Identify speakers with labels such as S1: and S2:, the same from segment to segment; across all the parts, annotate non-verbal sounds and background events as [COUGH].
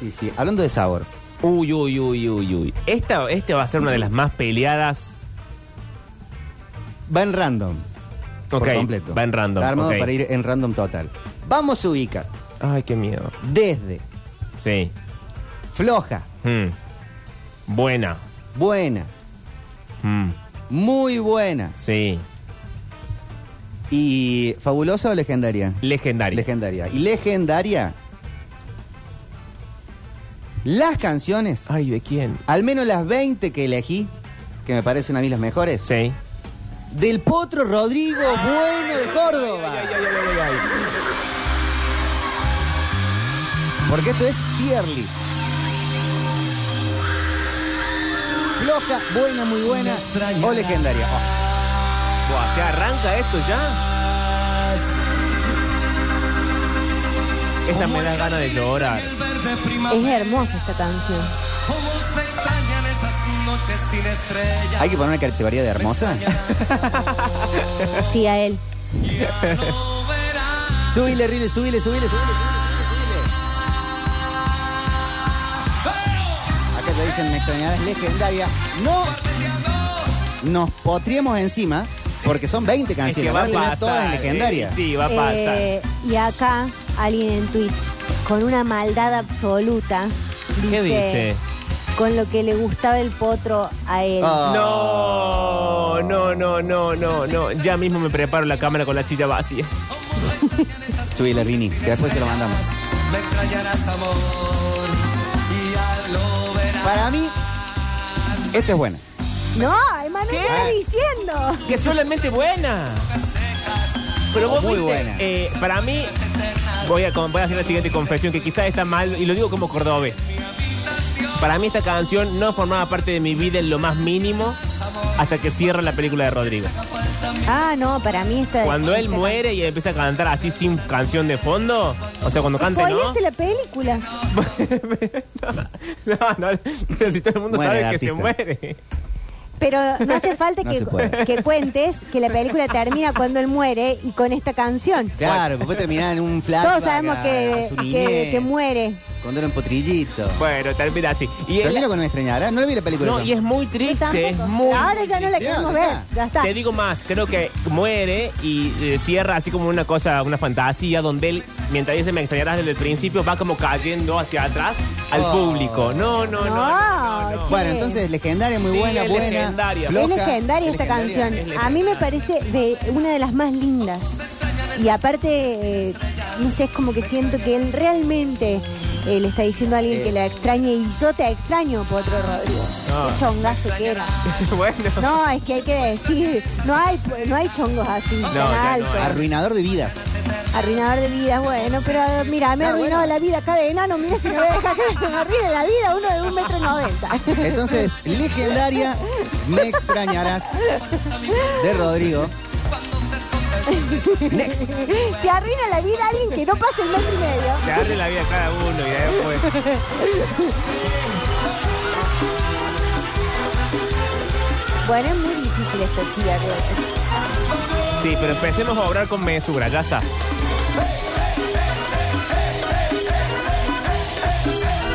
S1: Sí, sí. Hablando de sabor.
S2: Uy, uy, uy, uy, uy. Esta, esta va a ser una de las más peleadas.
S1: Va en random. por
S2: Ok,
S1: completo.
S2: va en random,
S1: Está armado
S2: ok.
S1: para ir en random total. Vamos a ubicar
S2: Ay, qué miedo.
S1: desde
S2: Sí.
S1: floja,
S2: Mm. Buena.
S1: buena,
S2: Mm.
S1: muy buena
S2: Sí.
S1: y fabulosa o legendaria.
S2: Legendaria.
S1: Legendaria. Y legendaria. Las canciones,
S2: Ay, ¿de quién?
S1: al menos las 20 que elegí, que me parecen a mí las mejores,
S2: Sí.
S1: del Potro Rodrigo Bueno de Córdoba. Porque esto es tier list. Floja, buena, muy buena o legendaria. Oh,
S2: Buah, ¿Se arranca esto ya? Esta me da ganas de llorar.
S3: Es hermosa esta canción.
S4: ¿Cómo se extrañan esas noches sin estrellas?
S1: Hay que poner una categoría de hermosa.
S3: Sí, a él.
S4: No verás.
S1: Subile, Rile, subile, subile, subile, subile, subile. Acá te dicen extrañadas legendarias. No nos potríamos encima porque son 20
S2: Es que
S1: canciones.
S2: va a
S1: van a
S2: pasar.
S1: tener todas legendarias.
S2: eh, sí, va a pasar.
S3: Eh, y acá, alguien en Twitch, con una maldad absoluta, dice,
S2: ¿Qué dice?
S3: Con lo que le gustaba el potro a él.
S1: Ah.
S2: No, no, no, no, no, no. Ya mismo me preparo la cámara con la silla vacía.
S1: Subile, Rini, que después se lo mandamos.
S4: Me extrañarás, amor. Y ya lo verás.
S1: Para mí, esta es buena.
S3: No, hermano, ¿qué está diciendo?
S2: Que solamente buena. Pero
S1: O
S2: vos
S1: muy
S2: viste,
S1: buena.
S2: eh, para mí, voy a, con- voy a hacer la siguiente confesión que quizás está mal, y lo digo como cordobés. Para mí esta canción no formaba parte de mi vida en lo más mínimo hasta que cierra la película de Rodrigo.
S3: Ah, no, para mí está.
S2: Cuando él muere y empieza a cantar así sin canción de fondo, o sea, cuando cante, ¿no?
S1: este
S3: Spoileaste la película.
S2: [LAUGHS] no, no, pero si todo el mundo
S1: Muere el
S2: sabe que se
S1: artista.
S2: muere.
S3: Pero no
S2: [LAUGHS]
S3: hace falta
S1: No
S3: que,
S1: se puede.
S3: que cuentes que la película termina cuando él muere y con esta canción.
S1: Claro, porque puede terminar en un flashback.
S3: Todos sabemos
S1: a- a
S3: que,
S1: su
S3: que,
S1: niñez,
S3: que muere.
S1: Cuando era un potrillito.
S2: Bueno, termina así. Y él-
S1: Termino con una extrañada. No le vi la película.
S2: no,
S1: yo.
S2: y es muy
S3: Yo
S2: triste,
S3: tampoco.
S2: es muy
S3: Ahora ya no la
S1: Ya,
S3: queremos
S1: ya
S3: ver.
S1: está.
S3: Ya está.
S2: Te digo más, creo que muere y eh, cierra así como una cosa, una fantasía donde él, mientras dice me extrañarás desde el principio, va como cayendo hacia atrás al
S1: Oh.
S2: público. No, no, no. no, no, no.
S3: No,
S1: Bueno,
S3: Sí.
S1: entonces legendaria, muy
S2: Sí,
S1: buena,
S2: es
S1: buena.
S2: legendaria.
S1: floja,
S3: es legendaria esta
S1: legendaria.
S3: canción. A mí me parece de una de las más lindas. Y aparte, eh, no sé, es como que siento que él realmente eh, le está diciendo a alguien
S1: Eh.
S3: que la extrañe y yo te extraño, Potro Rodrigo.
S2: No.
S3: Qué chongazo que era.
S2: [LAUGHS] bueno.
S3: No, es que hay que decir, no hay, no hay chongos así, tan
S2: ya no
S3: altos.
S2: hay.
S1: Arruinador de vidas.
S3: Arruinador de vida, bueno, pero eh, mira, me ha
S1: Ah,
S3: arruinado
S1: bueno.
S3: la vida acá de enano, mira si me voy a dejar que me arruine la vida uno de un metro noventa. [LAUGHS]
S1: Entonces, legendaria, me extrañarás. De Rodrigo. Next.
S3: Te arruina la vida a alguien que no pasa el metro y medio.
S2: Darle la vida a cada uno y después.
S3: Bueno, es muy difícil este esta tía. ¿no?
S2: Sí, pero empecemos a obrar con mesura, ya está.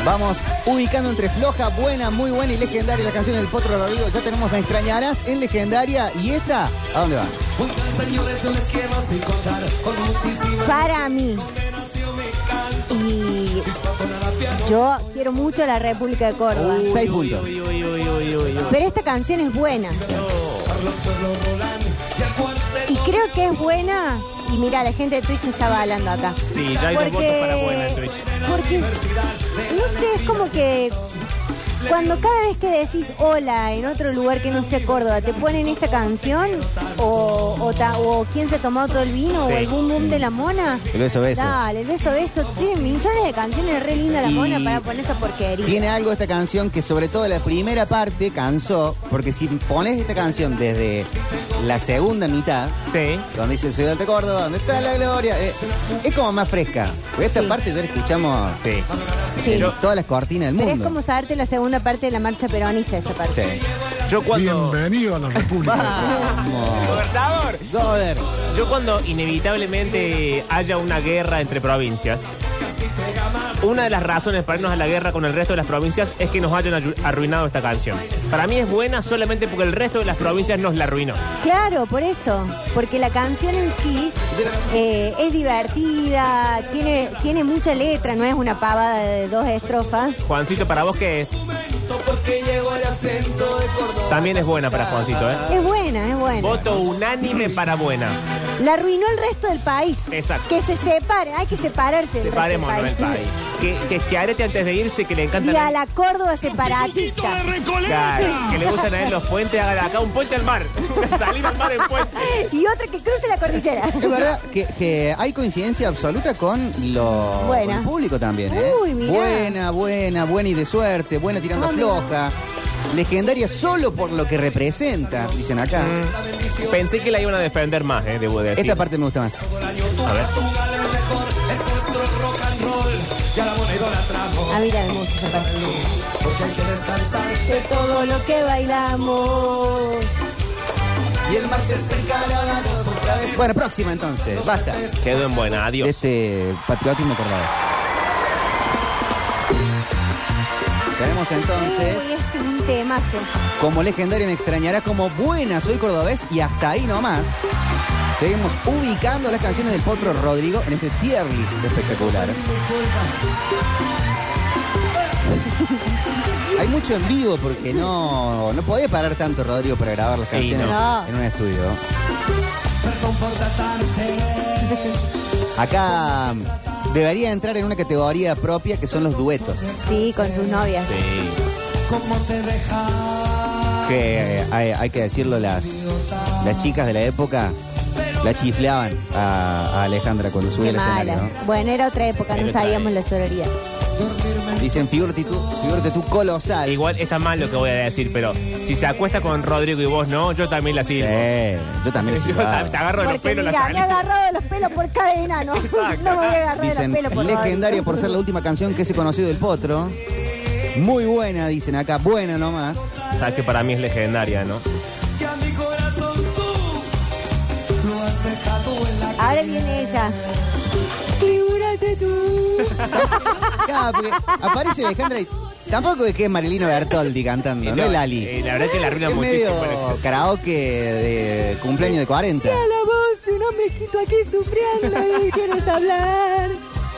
S1: Vamos ubicando entre floja, buena, muy buena y legendaria la canción del Potro Rodrigo. Ya tenemos Me extrañarás en legendaria. ¿Y esta? ¿A dónde va?
S4: Oigan, señores, yo les quiero así contar con muchísima
S3: Para mí. Y yo quiero mucho a la República de Córdoba.
S1: Seis puntos.
S2: Uy, uy, uy, uy, uy, uy.
S3: Pero esta canción es buena. Y creo que es buena. Y mira, la gente de Twitch está balando acá.
S2: Sí, ya hay dos votos para buena en Twitch.
S3: Porque, no sé, es como que cuando cada vez que decís hola en otro lugar que no sea Córdoba, te ponen esta canción o, o, ta- o quién se ha tomado todo el vino
S2: Sí.
S3: o el boom boom de la mona.
S1: El beso, beso.
S3: Dale, el beso, beso. Tiene millones de canciones re linda la
S1: Y-
S3: mona para poner esa porquería.
S1: Tiene algo esta canción que sobre todo la primera parte cansó, porque si pones esta canción desde la segunda mitad,
S2: Sí.
S1: donde dice Ciudad de Córdoba, donde está la gloria, eh, es como más fresca. Porque esta
S3: Sí.
S1: parte ya la escuchamos
S2: Sí.
S3: Sí.
S1: en todas las cortinas del
S3: Pero es
S1: mundo.
S3: como saberte la segunda parte de la marcha peronista esa parte.
S1: Sí.
S2: Yo cuando.
S5: Bienvenido a la República.
S1: Vamos.
S2: Gobernador.
S1: Gober.
S2: Yo cuando inevitablemente haya una guerra entre provincias, Una de las razones para irnos a la guerra con el resto de las provincias es que nos hayan arru- arruinado esta canción. Para mí es buena solamente porque el resto de las provincias nos la arruinó.
S3: Claro, por eso. Porque la canción en sí eh, es divertida, tiene, tiene mucha letra, no es una pavada de dos estrofas.
S2: Juancito, ¿para vos qué es? También es buena para Juancito, ¿eh?
S3: Es buena, es buena.
S2: Voto unánime para buena.
S3: La arruinó el resto del país.
S2: Exacto.
S3: Que se separe, hay que separarse del resto del
S2: Separémonos del país. Que, que Schiaretti antes de irse, que le encanta...
S3: [LAUGHS] Y a la Córdoba separatista.
S2: Claro, que le gustan a él los puentes, hagan acá un puente al mar. [LAUGHS] Salir al mar en puente.
S3: [LAUGHS] Y otra que cruce la
S2: [LAUGHS]
S3: cordillera.
S1: Es verdad que, que hay coincidencia absoluta con lo con
S3: Buena.
S1: el público también, ¿eh?
S3: Uy, mirá.
S1: Buena, buena, buena y de suerte, buena tirando
S3: Ah,
S1: a
S3: mirá.
S1: floja. Legendaria solo por lo que representa, dicen acá.
S2: Pensé que la iban a defender más, ¿eh? Debo decir.
S1: Esta parte me gusta más.
S2: A ver.
S3: A mí la música De todo lo que bailamos.
S1: Y el martes otra vez. Bueno, próxima entonces, basta.
S2: Quedó en
S1: De
S2: buena. Adiós.
S1: este patriotismo acordado. Tenemos entonces.
S3: Uy, este es un temazo.
S1: Como legendario me extrañará como buena soy cordobés y hasta ahí nomás. Seguimos ubicando las canciones del Potro Rodrigo en este tier list espectacular. Hay mucho en vivo porque no, no podía parar tanto Rodrigo para grabar las
S2: Sí,
S1: canciones
S3: no.
S1: en un estudio. Acá debería entrar en una categoría propia que son los duetos.
S3: Sí, con sus novias.
S2: Sí.
S1: que eh, hay, hay que decirlo, las, las chicas de la época la chifleaban a, a Alejandra cuando subía
S3: Qué
S1: al escenario.
S3: mala. Bueno, era otra época, no
S2: Era otra
S3: sabíamos la sororidad.
S1: ¿no? Dicen, figúrate tú, figúrate tú colosal.
S2: Igual está mal lo que voy a decir, pero si se acuesta con Rodrigo y vos no, yo también la sigo.
S1: Eh, yo también
S2: [LAUGHS] Yo
S1: chiflaba.
S2: te agarro de los
S3: Porque
S2: pelos la
S3: mira, me he
S2: salita.
S3: agarrado de los pelos por cada enano. No [LAUGHS] me voy a agarrar
S1: Dicen,
S3: de los pelos por
S1: legendaria
S3: Rodrigo.
S1: por ser la última canción que se conoció del Potro. Muy buena, dicen acá, buena nomás.
S2: Sabes que para mí es legendaria, ¿no?
S3: [LAUGHS] Ahora viene ella. Figúrate tú.
S1: Claro, porque aparece Alejandra y tampoco es que es Marilino Bertoldi
S2: Y
S1: cantando, no, es Lali.
S2: eh, la verdad es que la arruina
S1: es medio
S2: muchísimo. pero-
S1: karaoke de cumpleaños de 40.
S3: a la voz de un hombre que tú aquí [LAUGHS] sufriendo y quieres hablar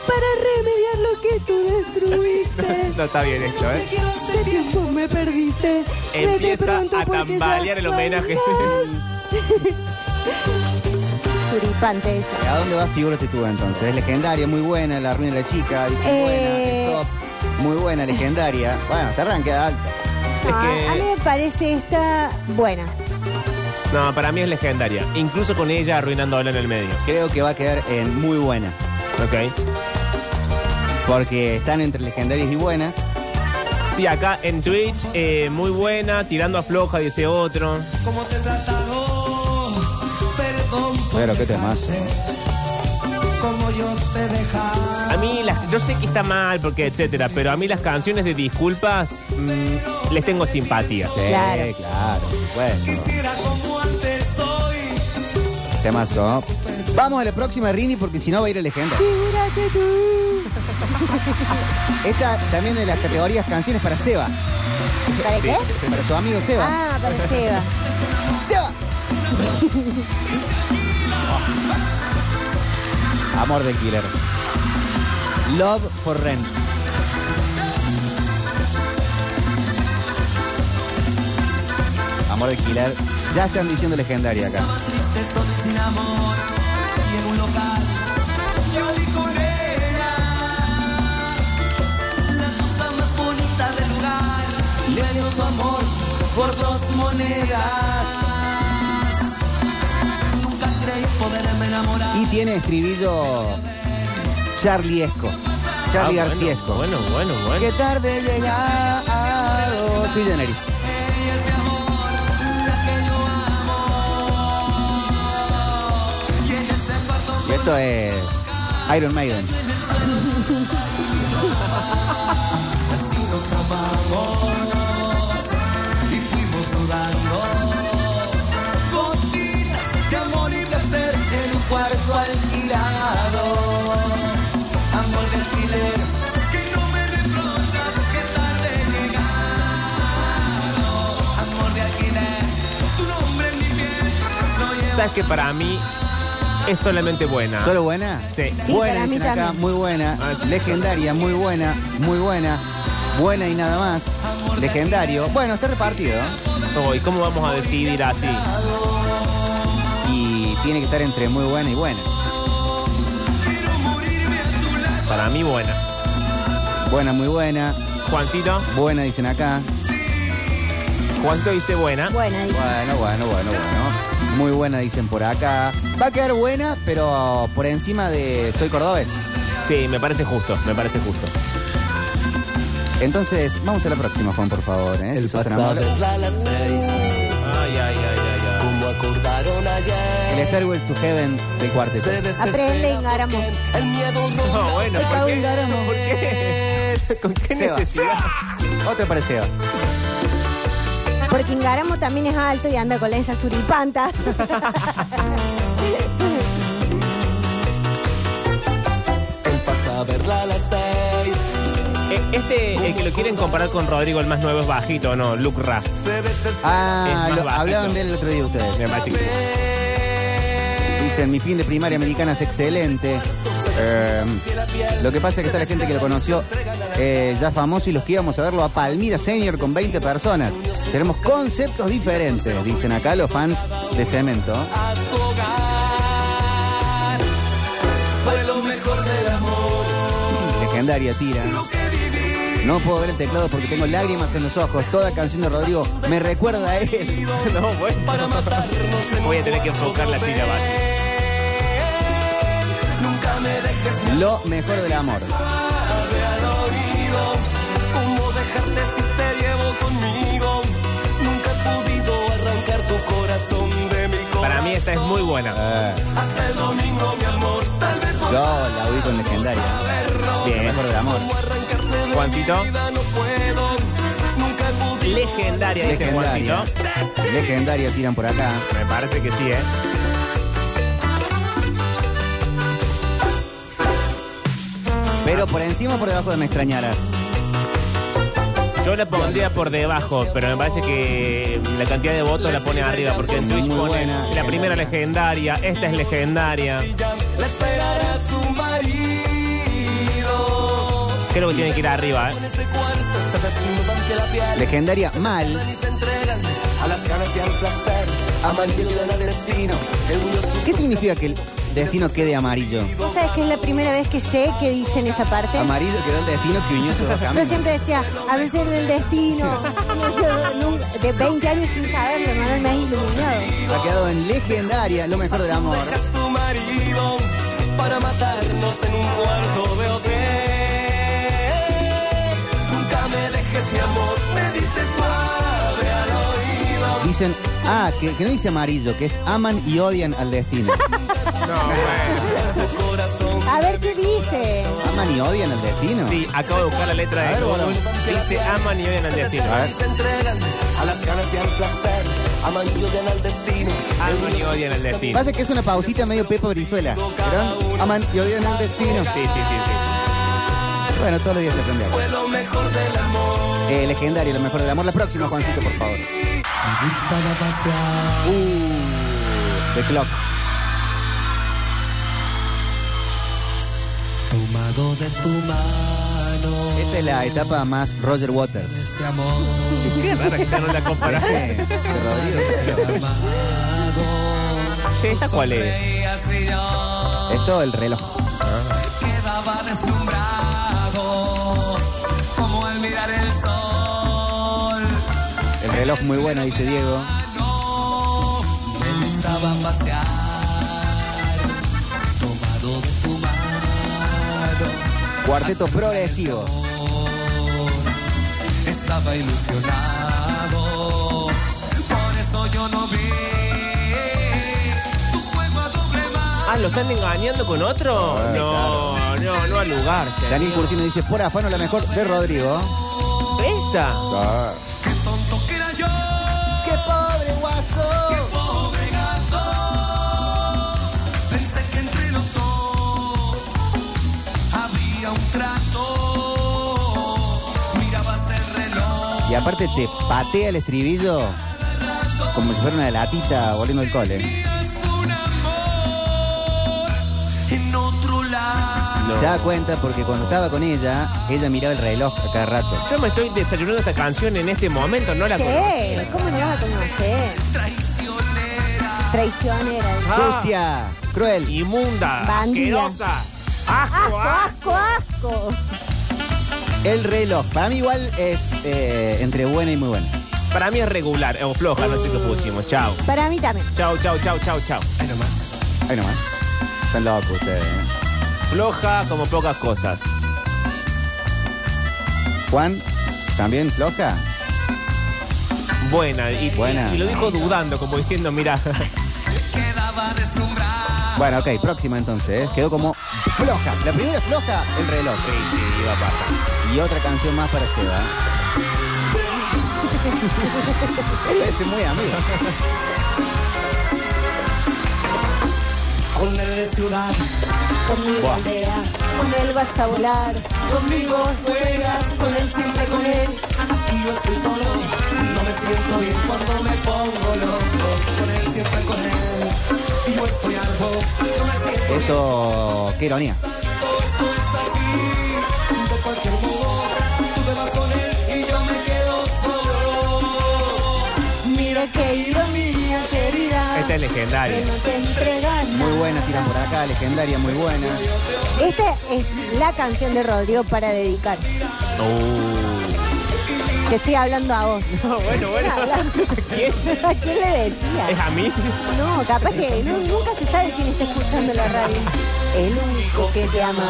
S3: para remediar lo que tú destruiste. [LAUGHS]
S2: No está bien esto, ¿eh?
S3: ¿Qué tiempo me perdiste? Vete
S2: Empieza
S3: pronto
S2: a
S3: porque
S2: tambalear
S3: ya
S2: el homenaje.
S3: [LAUGHS] bailás. Suripante esa.
S1: ¿A dónde vas figúrate tú entonces? Es legendaria, muy buena, la ruina de la chica, dice
S3: Eh.
S1: buena, es top, muy buena, legendaria. Bueno, te arranca alto.
S2: Es
S3: Ah,
S2: que-
S3: A mí me parece esta buena.
S2: No, para mí es legendaria. Incluso con ella arruinándola en el medio.
S1: Creo que va a quedar en muy buena.
S2: ¿Ok?
S1: Porque están entre legendarias y buenas.
S2: Sí, acá en Twitch, eh, muy buena, tirando a floja, dice otro.
S4: ¿Cómo te he tratado? Perdón por
S1: Pero qué ¿eh? temas.
S4: cómo yo te he dejado.
S2: A mí, las, yo sé que está mal, porque etcétera, pero a mí las canciones de disculpas mm, les tengo simpatía.
S1: Sí,
S3: Claro.
S1: claro. Bueno,
S4: Quisiera como antes hoy.
S1: temazo. Vamos a la próxima Rini porque si no va a ir a legendaria.
S3: Figúrate tú.
S1: Esta también de las categorías canciones para Seba. este
S3: ¿Para qué?
S1: Para su amigo Seba.
S3: Ah, [LAUGHS] para Seba.
S1: ¡Seba! Amor de killer. Love for Rent. Amor de killer. Ya están diciendo legendaria acá.
S4: Triste soy sin amor. Y en un local. Yo di con ella. La cosa más bonita del lugar. Le dio su amor por dos monedas. Nunca creí poderme enamorar.
S1: Y tiene escribillo Charlie Esco. Charlie
S2: Ah, bueno,
S1: Garciesco.
S2: Bueno, bueno, bueno.
S1: Qué tarde he llegado. Sui generis. Y esto es Iron Maiden.
S4: y fuimos sudando. Gotitas de amor y placer en un cuarto alquilado. Amor de alquiler que
S2: mensaje para mí es solamente buena.
S1: ¿Solo buena?
S2: Sí.
S3: Sí,
S1: buena,
S3: para mí
S1: dicen acá,
S3: también.
S1: muy buena.
S2: Ah, sí.
S1: Legendaria, muy buena, muy buena. Buena y nada más. Legendario. Bueno, está repartido.
S2: Oh, ¿Y cómo vamos a decidir así?
S1: Y tiene que estar entre muy buena y buena.
S2: Para mí, buena.
S1: Buena, muy buena.
S2: Juancito,
S1: Buena, dicen acá.
S2: Juancito dice buena.
S3: Buena, dice.
S1: Bueno, bueno, bueno, bueno. Muy buena, dicen por acá. Va a quedar buena, pero por encima de Soy Cordobés.
S2: Sí, me parece justo, me parece justo.
S1: Entonces, vamos a la próxima, Juan, por favor. ¿eh? Si
S5: El
S1: sos tan
S5: pasado
S1: amable.
S5: a las seis,
S2: Ay, ay, ay, ay, ay.
S5: como acordaron
S1: El
S5: ayer.
S1: Stairway to Heaven del cuarteto.
S5: Se desespera
S3: Aprende, Ingaramo.
S5: porque El miedo
S2: No,
S5: ronda
S2: bueno, ¿por qué? ¿Por qué? [LAUGHS] ¿Con qué
S1: Seba.
S2: necesidad?
S1: Otro parecido.
S3: Porque Ingaramo también es alto y anda con esas suripanta.
S5: él pasa a verla a las seis.
S2: Eh, Este, el que lo quieren comparar con Rodrigo, el más nuevo, es bajito, ¿no? Luke Ra.
S5: Se desespera
S1: Ah,
S2: Es más
S1: lo-
S2: bajito.
S1: hablaban de él el otro día
S2: Me
S1: ustedes.
S2: parece que sí.
S1: Dicen, mi fin de primaria americana es excelente. Eh, lo que pasa es que está la gente que lo conoció eh, ya famoso y los que íbamos a verlo a Palmira Senior con 20 personas. Tenemos conceptos diferentes, dicen acá los fans de Cemento.
S5: a su hogar. Fue lo mejor del amor.
S1: Legendaria tira. No puedo ver el teclado porque tengo lágrimas en los ojos. Toda canción de Rodrigo me recuerda a él.
S2: [LAUGHS] No, bueno.
S5: Para matarnos en
S2: Voy a tener que enfocar la silla abajo.
S5: Nunca me dejes
S1: Lo mejor del amor.
S5: sabe al oído cómo dejarte si te llevo conmigo. Nunca he podido arrancar tu corazón de mi corazón.
S2: Para mí esta es muy buena.
S1: Eh,
S5: Hasta el domingo, mi amor, tal vez
S1: yo la ubico en legendaria. Lo
S2: Bien.
S1: mejor del amor.
S5: arrancarte de
S2: Juancito.
S5: mi vida no puedo. Nunca he podido.
S2: Legendaria, dice
S1: Legendaria.
S2: Juancito.
S1: Legendaria tiran por acá.
S2: Me parece que sí, ¿eh?
S1: Pero por encima o por debajo de me extrañarás.
S2: Yo la pondría por debajo, pero me parece que la cantidad de votos la pone arriba, porque en Twitch
S1: Muy
S2: pone
S1: buena.
S2: la primera legendaria, esta es legendaria.
S5: La esperará su marido.
S2: Creo que tiene que ir arriba, ¿eh?
S5: En ese cuarto se desnudan que la piel.
S1: Legendaria mal.
S5: Y se entregan a las ganas y al placer. Amantillan al destino. El mundo sus
S1: ¿Qué significa que el destino quede amarillo?
S3: ¿Tú sabes que es la primera vez que sé que dicen esa parte?
S1: Amarillo quedó el destino que unió sus dos
S3: Yo
S1: caminos.
S3: siempre decía, a veces en el destino. Nunca- De 20 años sin saberlo, Manuel me ha iluminado.
S1: Ha quedado en legendaria, lo mejor del amor.
S5: Dejas tu marido para matarnos en un cuarto de hotel. Nunca me dejes, mi amor, me dices suave al oído.
S1: Dicen, ah, que, que no dice amarillo, que es aman y odian al destino.
S2: No, bueno.
S5: Tu corazón
S3: A ver qué dice.
S1: ¿Aman y odian al destino?
S2: Sí, acabo de buscar la letra
S1: A
S2: de
S1: ver,
S2: Google.
S1: bueno.
S2: Dice aman y odian al destino.
S1: A ver.
S5: y se entregan a las ganas y al placer. Aman y odian al destino.
S2: Aman y odian al destino.
S1: Pasa que es una pausita medio Pepa Brizuela. ¿Vieron? Aman y odian al destino.
S2: Sí, sí, sí, sí.
S1: Bueno, todos los días se aprende algo.
S5: Fue lo mejor del amor.
S1: Eh, legendario, lo mejor del amor. La próxima, Juancito, por favor. Uh, The Clock.
S4: Tomado de tu mano,
S1: Esta es la etapa más Roger Waters.
S4: este amor
S2: Qué raro que esta no la comparación. [LAUGHS]
S1: Este, de Rodrigo.
S4: amado.
S2: ¿Esta cuál es?
S1: Esto, el reloj.
S4: Quedaba deslumbrado, como al mirar el sol.
S1: El reloj muy bueno, dice Diego.
S4: No, me gustaba pasear, tomado de tu mano.
S1: Cuarteto progresivo.
S4: Estaba ilusionado, por eso yo no vi tu juego a doble mano.
S2: Ah, ¿lo están engañando con otro? No, no, no al lugar.
S1: Daniel Curtino dice, por afano la mejor de Rodrigo.
S2: ¿Esta?
S4: Qué tonto que era yo,
S1: ¡Qué pobre guaso!
S4: pobre gato. Pensé que entre los dos había un trato. Mirabas el reloj.
S1: Y aparte te patea el estribillo como si fuera una latita volviendo al cole.
S4: Su
S2: No.
S1: Se da cuenta porque cuando estaba con ella, ella miraba el reloj a cada rato.
S2: Yo me estoy desayunando esta canción en este momento, no la conozco.
S3: ¿Qué? ¿Cómo no vas a conocer? Traicionera. dice.
S2: Ah.
S1: Sucia, cruel.
S2: Inmunda,
S3: Bandida.
S2: asquerosa, asco, ah. asco.
S3: Asco, asco, asco.
S1: El reloj. Para mí igual es eh, entre buena y muy buena.
S2: Para mí es regular, o floja, no sé qué pusimos. Chao.
S3: Para mí también.
S2: Chao, chao, chao, chao, chao.
S1: Ahí nomás. Están locos ustedes. ¿eh?
S2: Floja como pocas cosas.
S1: Juan, ¿también floja?
S2: Buena. Y,
S1: Buena.
S2: y lo dijo dudando, como diciendo, [LAUGHS] mira,
S4: Quedaba deslumbrada.
S1: Bueno, ok, próxima entonces. ¿eh? Quedó como floja. La primera es floja, el reloj.
S2: sí, sí, iba a pasar.
S1: Y otra canción más para Seba. Parece muy amigo.
S4: Con el de ciudad,
S1: Buah.
S3: Con él vas a volar.
S4: conmigo juegas, con él siempre con él. Y yo estoy solo, no me siento bien cuando me pongo loco. Con él siempre con él. Y yo estoy algo, no me siento bien.
S1: Esto, qué ironía.
S4: Todo esto es así, de cualquier modo. Tú te vas con él y yo me quedo solo.
S3: Mira qué ironía, querida.
S1: Este.
S2: Esta es legendaria.
S3: Que [LAUGHS] no te entregas
S1: Muy
S3: nada.
S1: buena, tiran por acá, legendaria, muy buena.
S3: Esta Este es la canción de Rodrigo para dedicar. Te estoy hablando a vos.
S2: No, bueno, bueno. ¿Quién?
S3: [LAUGHS] ¿A quién le
S2: ¿Es
S3: decía?
S2: a mí?
S3: No, capaz que no- nunca se sabe quién está escuchando la radio. El único que te ama.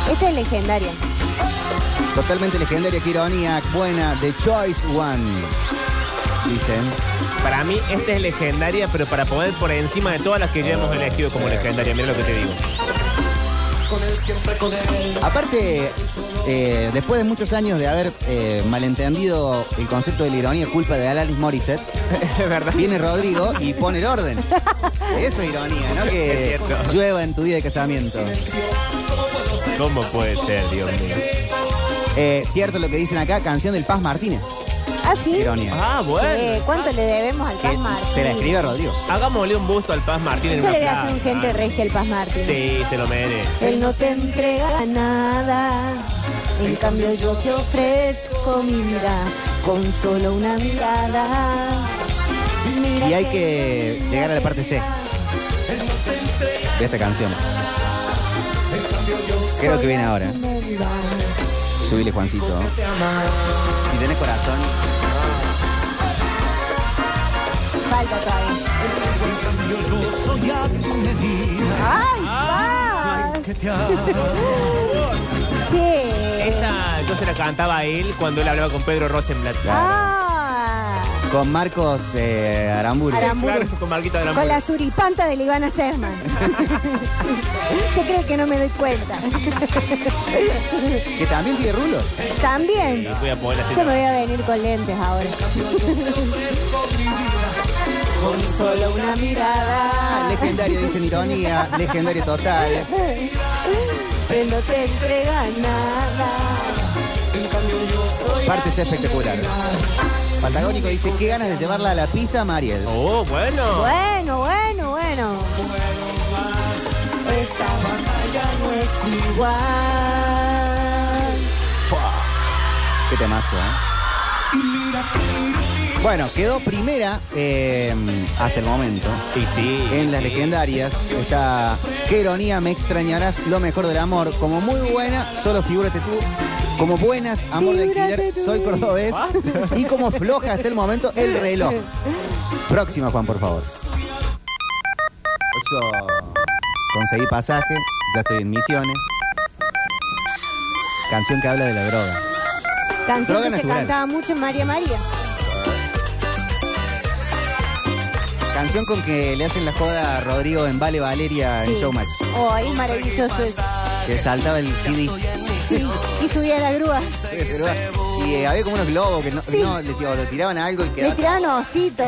S3: Esta Este es legendaria.
S1: Totalmente legendaria, qué ironía, buena. The Choice One. Dicen.
S2: Para mí, esta es legendaria, pero para poner por encima de todas las que ya hemos elegido como legendaria. Mira lo que te digo.
S4: Con él siempre con él.
S1: Aparte, eh, después de muchos años de haber eh, malentendido el concepto de la ironía culpa de Alanis Morissette,
S2: [LAUGHS] Es verdad.
S1: viene Rodrigo y pone el
S2: [LAUGHS]
S1: orden. Eso es ironía, ¿no? Que
S2: Es cierto.
S1: llueva en tu día de casamiento.
S2: ¿Cómo puede ser, Dios mío?
S1: Eh, cierto lo que dicen acá, canción del Paz Martínez.
S3: ¿Ah, sí?
S1: Ironía.
S2: Ah,
S3: Che,
S2: bueno.
S3: ¿Cuánto le debemos al
S1: Que
S3: Paz Martín?
S1: se la escribe a Rodrigo.
S2: Hagámosle un busto al Paz Martín en
S3: Yo
S2: una
S3: le voy a hacer
S2: plaza.
S3: un gente regia al Paz Martín.
S2: Sí, se lo merece.
S3: Él no te entrega nada. En cambio yo te ofrezco mi vida con solo una mirada. Mira
S1: Y hay que llegar a la parte C de esta canción. Creo que viene ahora. Subile, Juancito. Si tenés corazón,
S3: Falta todavía.
S4: Yo, yo soy a tu medida
S3: ¡Ay, Paz!
S4: que te amo.
S3: Che.
S2: Esta yo se la cantaba a él cuando él hablaba con Pedro Rosenblatt.
S3: Ah.
S1: con Marcos eh, Aramburu.
S3: Aramburu.
S2: Claro, con Marquita de la
S3: Con la suripanta de la Ivana Serman. [LAUGHS] Se cree que no me doy cuenta.
S1: Que también tiene rulos.
S3: También.
S2: Voy a poder
S3: Yo me
S2: hacer.
S3: voy a venir con lentes ahora. Con solo una mirada.
S1: Legendaria, dicen ironía. Legendaria total.
S3: Él no te entrega nada.
S1: Parte C espectacular. Patagónico dice, qué ganas de llevarla a la pista, Mariel.
S2: Oh, bueno.
S3: Bueno, bueno, bueno. Esa batalla no es igual.
S1: Qué temazo, ¿eh? Bueno, quedó primera eh, hasta el momento.
S2: Y sí.
S1: En las
S2: sí.
S1: legendarias está Qué ironía, me extrañarás, lo mejor del amor. Como muy buena, solo figúrate tú. Como buenas, amor de alquiler,
S3: Figúrate tú. ¿Ah?
S1: soy cordobés. Y como floja hasta el momento, el reloj. Próxima, Juan, por favor. Ocho. Conseguí pasaje, ya estoy en misiones. Canción que habla de la droga.
S3: Canción
S1: Droga
S3: que se
S1: natural.
S3: cantaba mucho en María María.
S1: Canción con que le hacen la joda a Rodrigo en Vale Valeria en
S3: Sí.
S1: Showmatch.
S3: Oh, es maravilloso eso.
S1: Que saltaba el CD.
S3: Sí. Y subía la grúa.
S1: Y eh, había como unos globos que no, que
S3: Sí.
S1: no, le, tío, le tiraban algo y
S3: Le
S1: quedaba.
S3: tiraban ositos.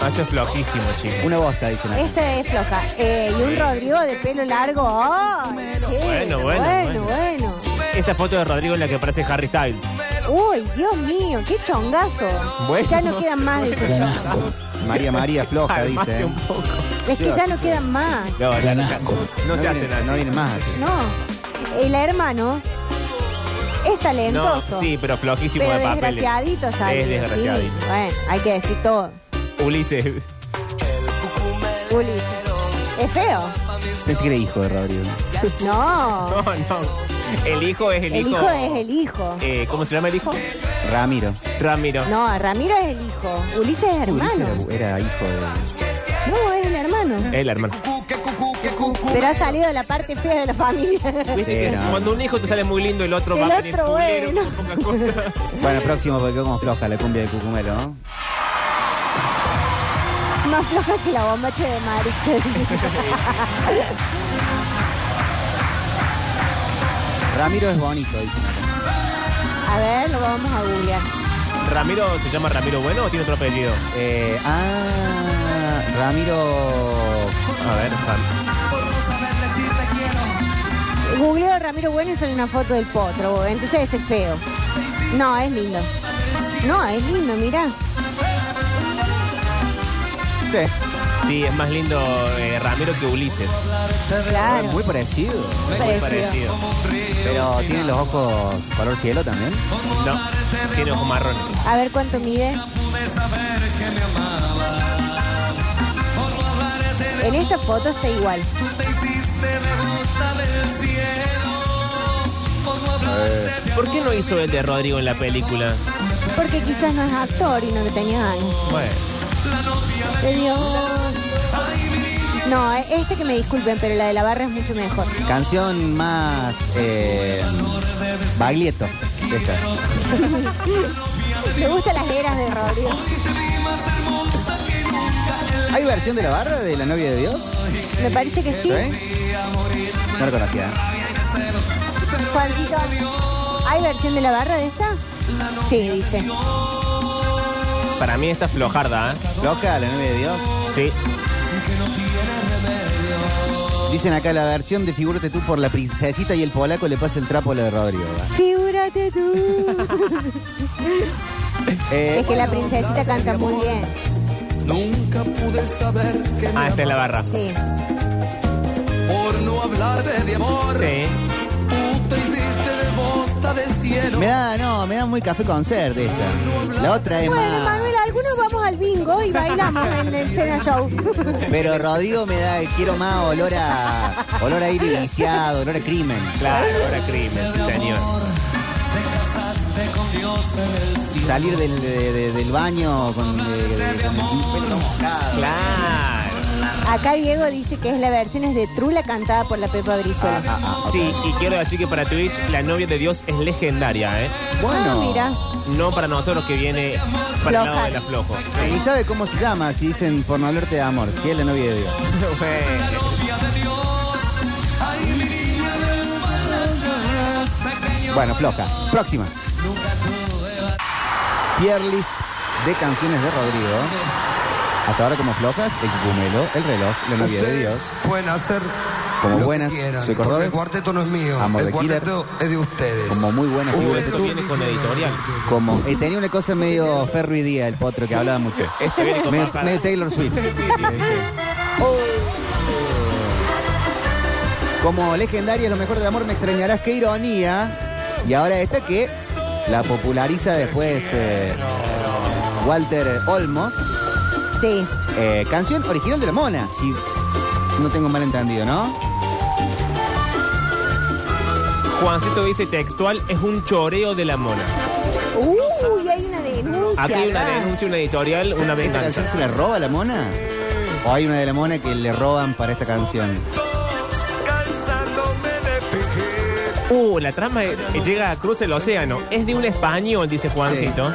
S2: Ah, Esto es flojísimo, chicos.
S1: Una bosta, dicen acá.
S3: Esta es floja. Eh, y un Rodrigo de pelo largo. ¡Ay, qué
S2: Bueno, bueno,
S3: bueno, bueno.
S2: Esa foto de Rodrigo en la que aparece Harry Styles.
S3: Uy, Dios mío, qué chongazo.
S2: Bueno.
S3: Ya no quedan más de esos chongazos.
S6: Ganasco,
S1: María María floja,
S2: Calmate
S1: dice. ¿eh?
S2: un poco.
S3: Es que ya no quedan más.
S2: No, no, no, se hace-
S6: ganasco.
S2: no
S1: No
S2: se hace
S1: viene-
S2: nada.
S1: No viene más así.
S3: No. El hermano es
S2: No,
S3: talentoso.
S2: sí, pero flojísimo
S3: pero
S2: de papeles.
S3: desgraciadito salió,
S2: Es desgraciadito.
S3: sí. Bueno, hay que decir todo.
S2: Ulises. [LAUGHS]
S3: Uli. Es
S2: [LAUGHS]
S3: feo.
S1: Pensé que era hijo de Rodrigo.
S3: No.
S2: No, no. El hijo es el,
S3: el hijo, es el hijo.
S2: Eh, ¿Cómo se llama el hijo?
S1: Ramiro.
S2: Ramiro.
S3: No, Ramiro es el hijo. Ulises es hermano.
S1: Ulises Era, era hijo de.
S3: No, es el hermano.
S2: [LAUGHS] El hermano.
S3: Pero ha salido de la parte fea de la familia.
S2: ¿Viste
S3: [LAUGHS]
S1: Sí,
S2: que
S1: no.
S2: Cuando un hijo te sale muy lindo, el otro
S3: El
S2: va a tener
S3: otro,
S2: culero,
S3: bueno.
S2: con poca cosa.
S1: Bueno, próximo porque quedó como floja la cumbia de Cucumelo, ¿no?
S3: Más floja que la bombacha de
S2: [LAUGHS]
S3: Maritza.
S1: Ramiro es bonito, dice. acá.
S3: [LAUGHS] A ver, lo vamos a googlear.
S2: ¿Ramiro se llama Ramiro Bueno o tiene otro apellido?
S1: Eh, ah, Ramiro.
S2: A ver, Ram-
S3: Googleo a Ramiro Bueno y sale una foto del potro. vos. Entonces ese es feo. No, es lindo. No, es lindo, mirá.
S1: Sí.
S2: Sí, es más lindo eh, Ramiro que Ulises.
S3: Claro.
S1: Muy parecido.
S2: Muy
S3: Parecido.
S2: parecido.
S1: Pero tiene los ojos color cielo también.
S2: No, tiene ojos marrones.
S3: A ver cuánto mide. En esta foto está igual.
S2: ¿Por qué no hizo el de Rodrigo en la película?
S3: Porque quizás no es actor y no le tenía ganas.
S2: Bueno,
S3: Le dio- No, eh, este que me disculpen, pero la de la barra es mucho mejor.
S1: Canción más. Eh, baglieto. de esta.
S3: Me gustan las eras de Rodrigo.
S1: ¿Hay versión de la barra de la novia de Dios?
S3: Me parece que
S1: ¿Sí?
S3: sí.
S1: No la conocía. ¿eh?
S3: Juancito, ¿hay versión de la barra de esta? Sí, dice.
S2: para mí esta es flojarda, ¿eh?
S1: Loca, la novia de Dios.
S2: Sí.
S1: Dicen acá la versión de Figúrate tú por la princesita y el polaco le pasa el trapo a la de Rodrigo. ¿verdad?
S3: Figúrate tú.
S1: Eh,
S3: Es que la princesita canta muy bien.
S5: Nunca pude saber que me
S2: Ah, esta es la barra.
S3: Sí.
S5: por no hablarte de amor.
S2: Sí.
S5: Tú te hiciste de bota de cielo.
S1: Me da, no, me da muy café concert esta. La otra es
S3: Bueno, Manuel,
S1: más.
S3: algunos vamos al bingo y bailamos en el Cena Show.
S1: Pero Rodrigo me da, quiero más olor a. olor a aire viciado, olor a crimen.
S2: Claro, ahora crimen, sí, señor.
S1: Salir del, de- de- del baño con, de- de- con el pelo mojado.
S2: Claro.
S3: Acá Diego dice que es la versión es de Trula cantada por la Pepa Brizuela.
S1: Ah, ah, ok.
S2: Sí, y quiero decir que para Twitch la novia de Dios es legendaria, ¿eh?
S1: Bueno.
S3: Ah, mira.
S2: No para nosotros que viene para el lado
S3: Floja.
S2: del aflojo.
S1: Y ni sabe cómo se llama si dicen por no hablarte de amor, que es la novia de Dios.
S2: [LAUGHS]
S1: Bueno, floja. Próxima. Tier list de canciones de Rodrigo. Hasta ahora como flojas, el cumelo, el reloj, la novia de Dios.
S7: Ustedes pueden hacer
S1: Como
S7: lo que
S1: buenas,
S7: quieran,
S1: soy
S7: porque
S1: cordobés.
S7: el cuarteto no es mío,
S1: Amor de
S7: el cuarteto es de ustedes.
S1: Como muy buena figura de
S2: Esto
S1: tú.
S2: viene con editorial.
S1: Como eh, tenía una cosa medio Ferro y Día, el potro que hablaba mucho.
S2: Este viene con
S1: medio,
S2: papada.
S1: medio Taylor
S2: [LAUGHS]
S1: Swift. Oh. Como legendaria, lo mejor del amor me extrañarás, qué ironía. Y ahora esta que la populariza después eh, Walter Olmos.
S3: Sí.
S1: Eh, canción original de la mona, si no tengo mal entendido, ¿no?
S2: Juancito dice textual, es un choreo de la mona.
S3: Uy, hay una denuncia.
S2: Aquí hay una
S3: acá.
S2: denuncia, una editorial, una
S1: ¿Esta canción
S2: venganza.
S1: se la roba la mona? ¿O hay una de la mona que le roban para esta canción?
S2: Uh, la trama es- llega a cruce el océano. Es de un español, dice Juancito,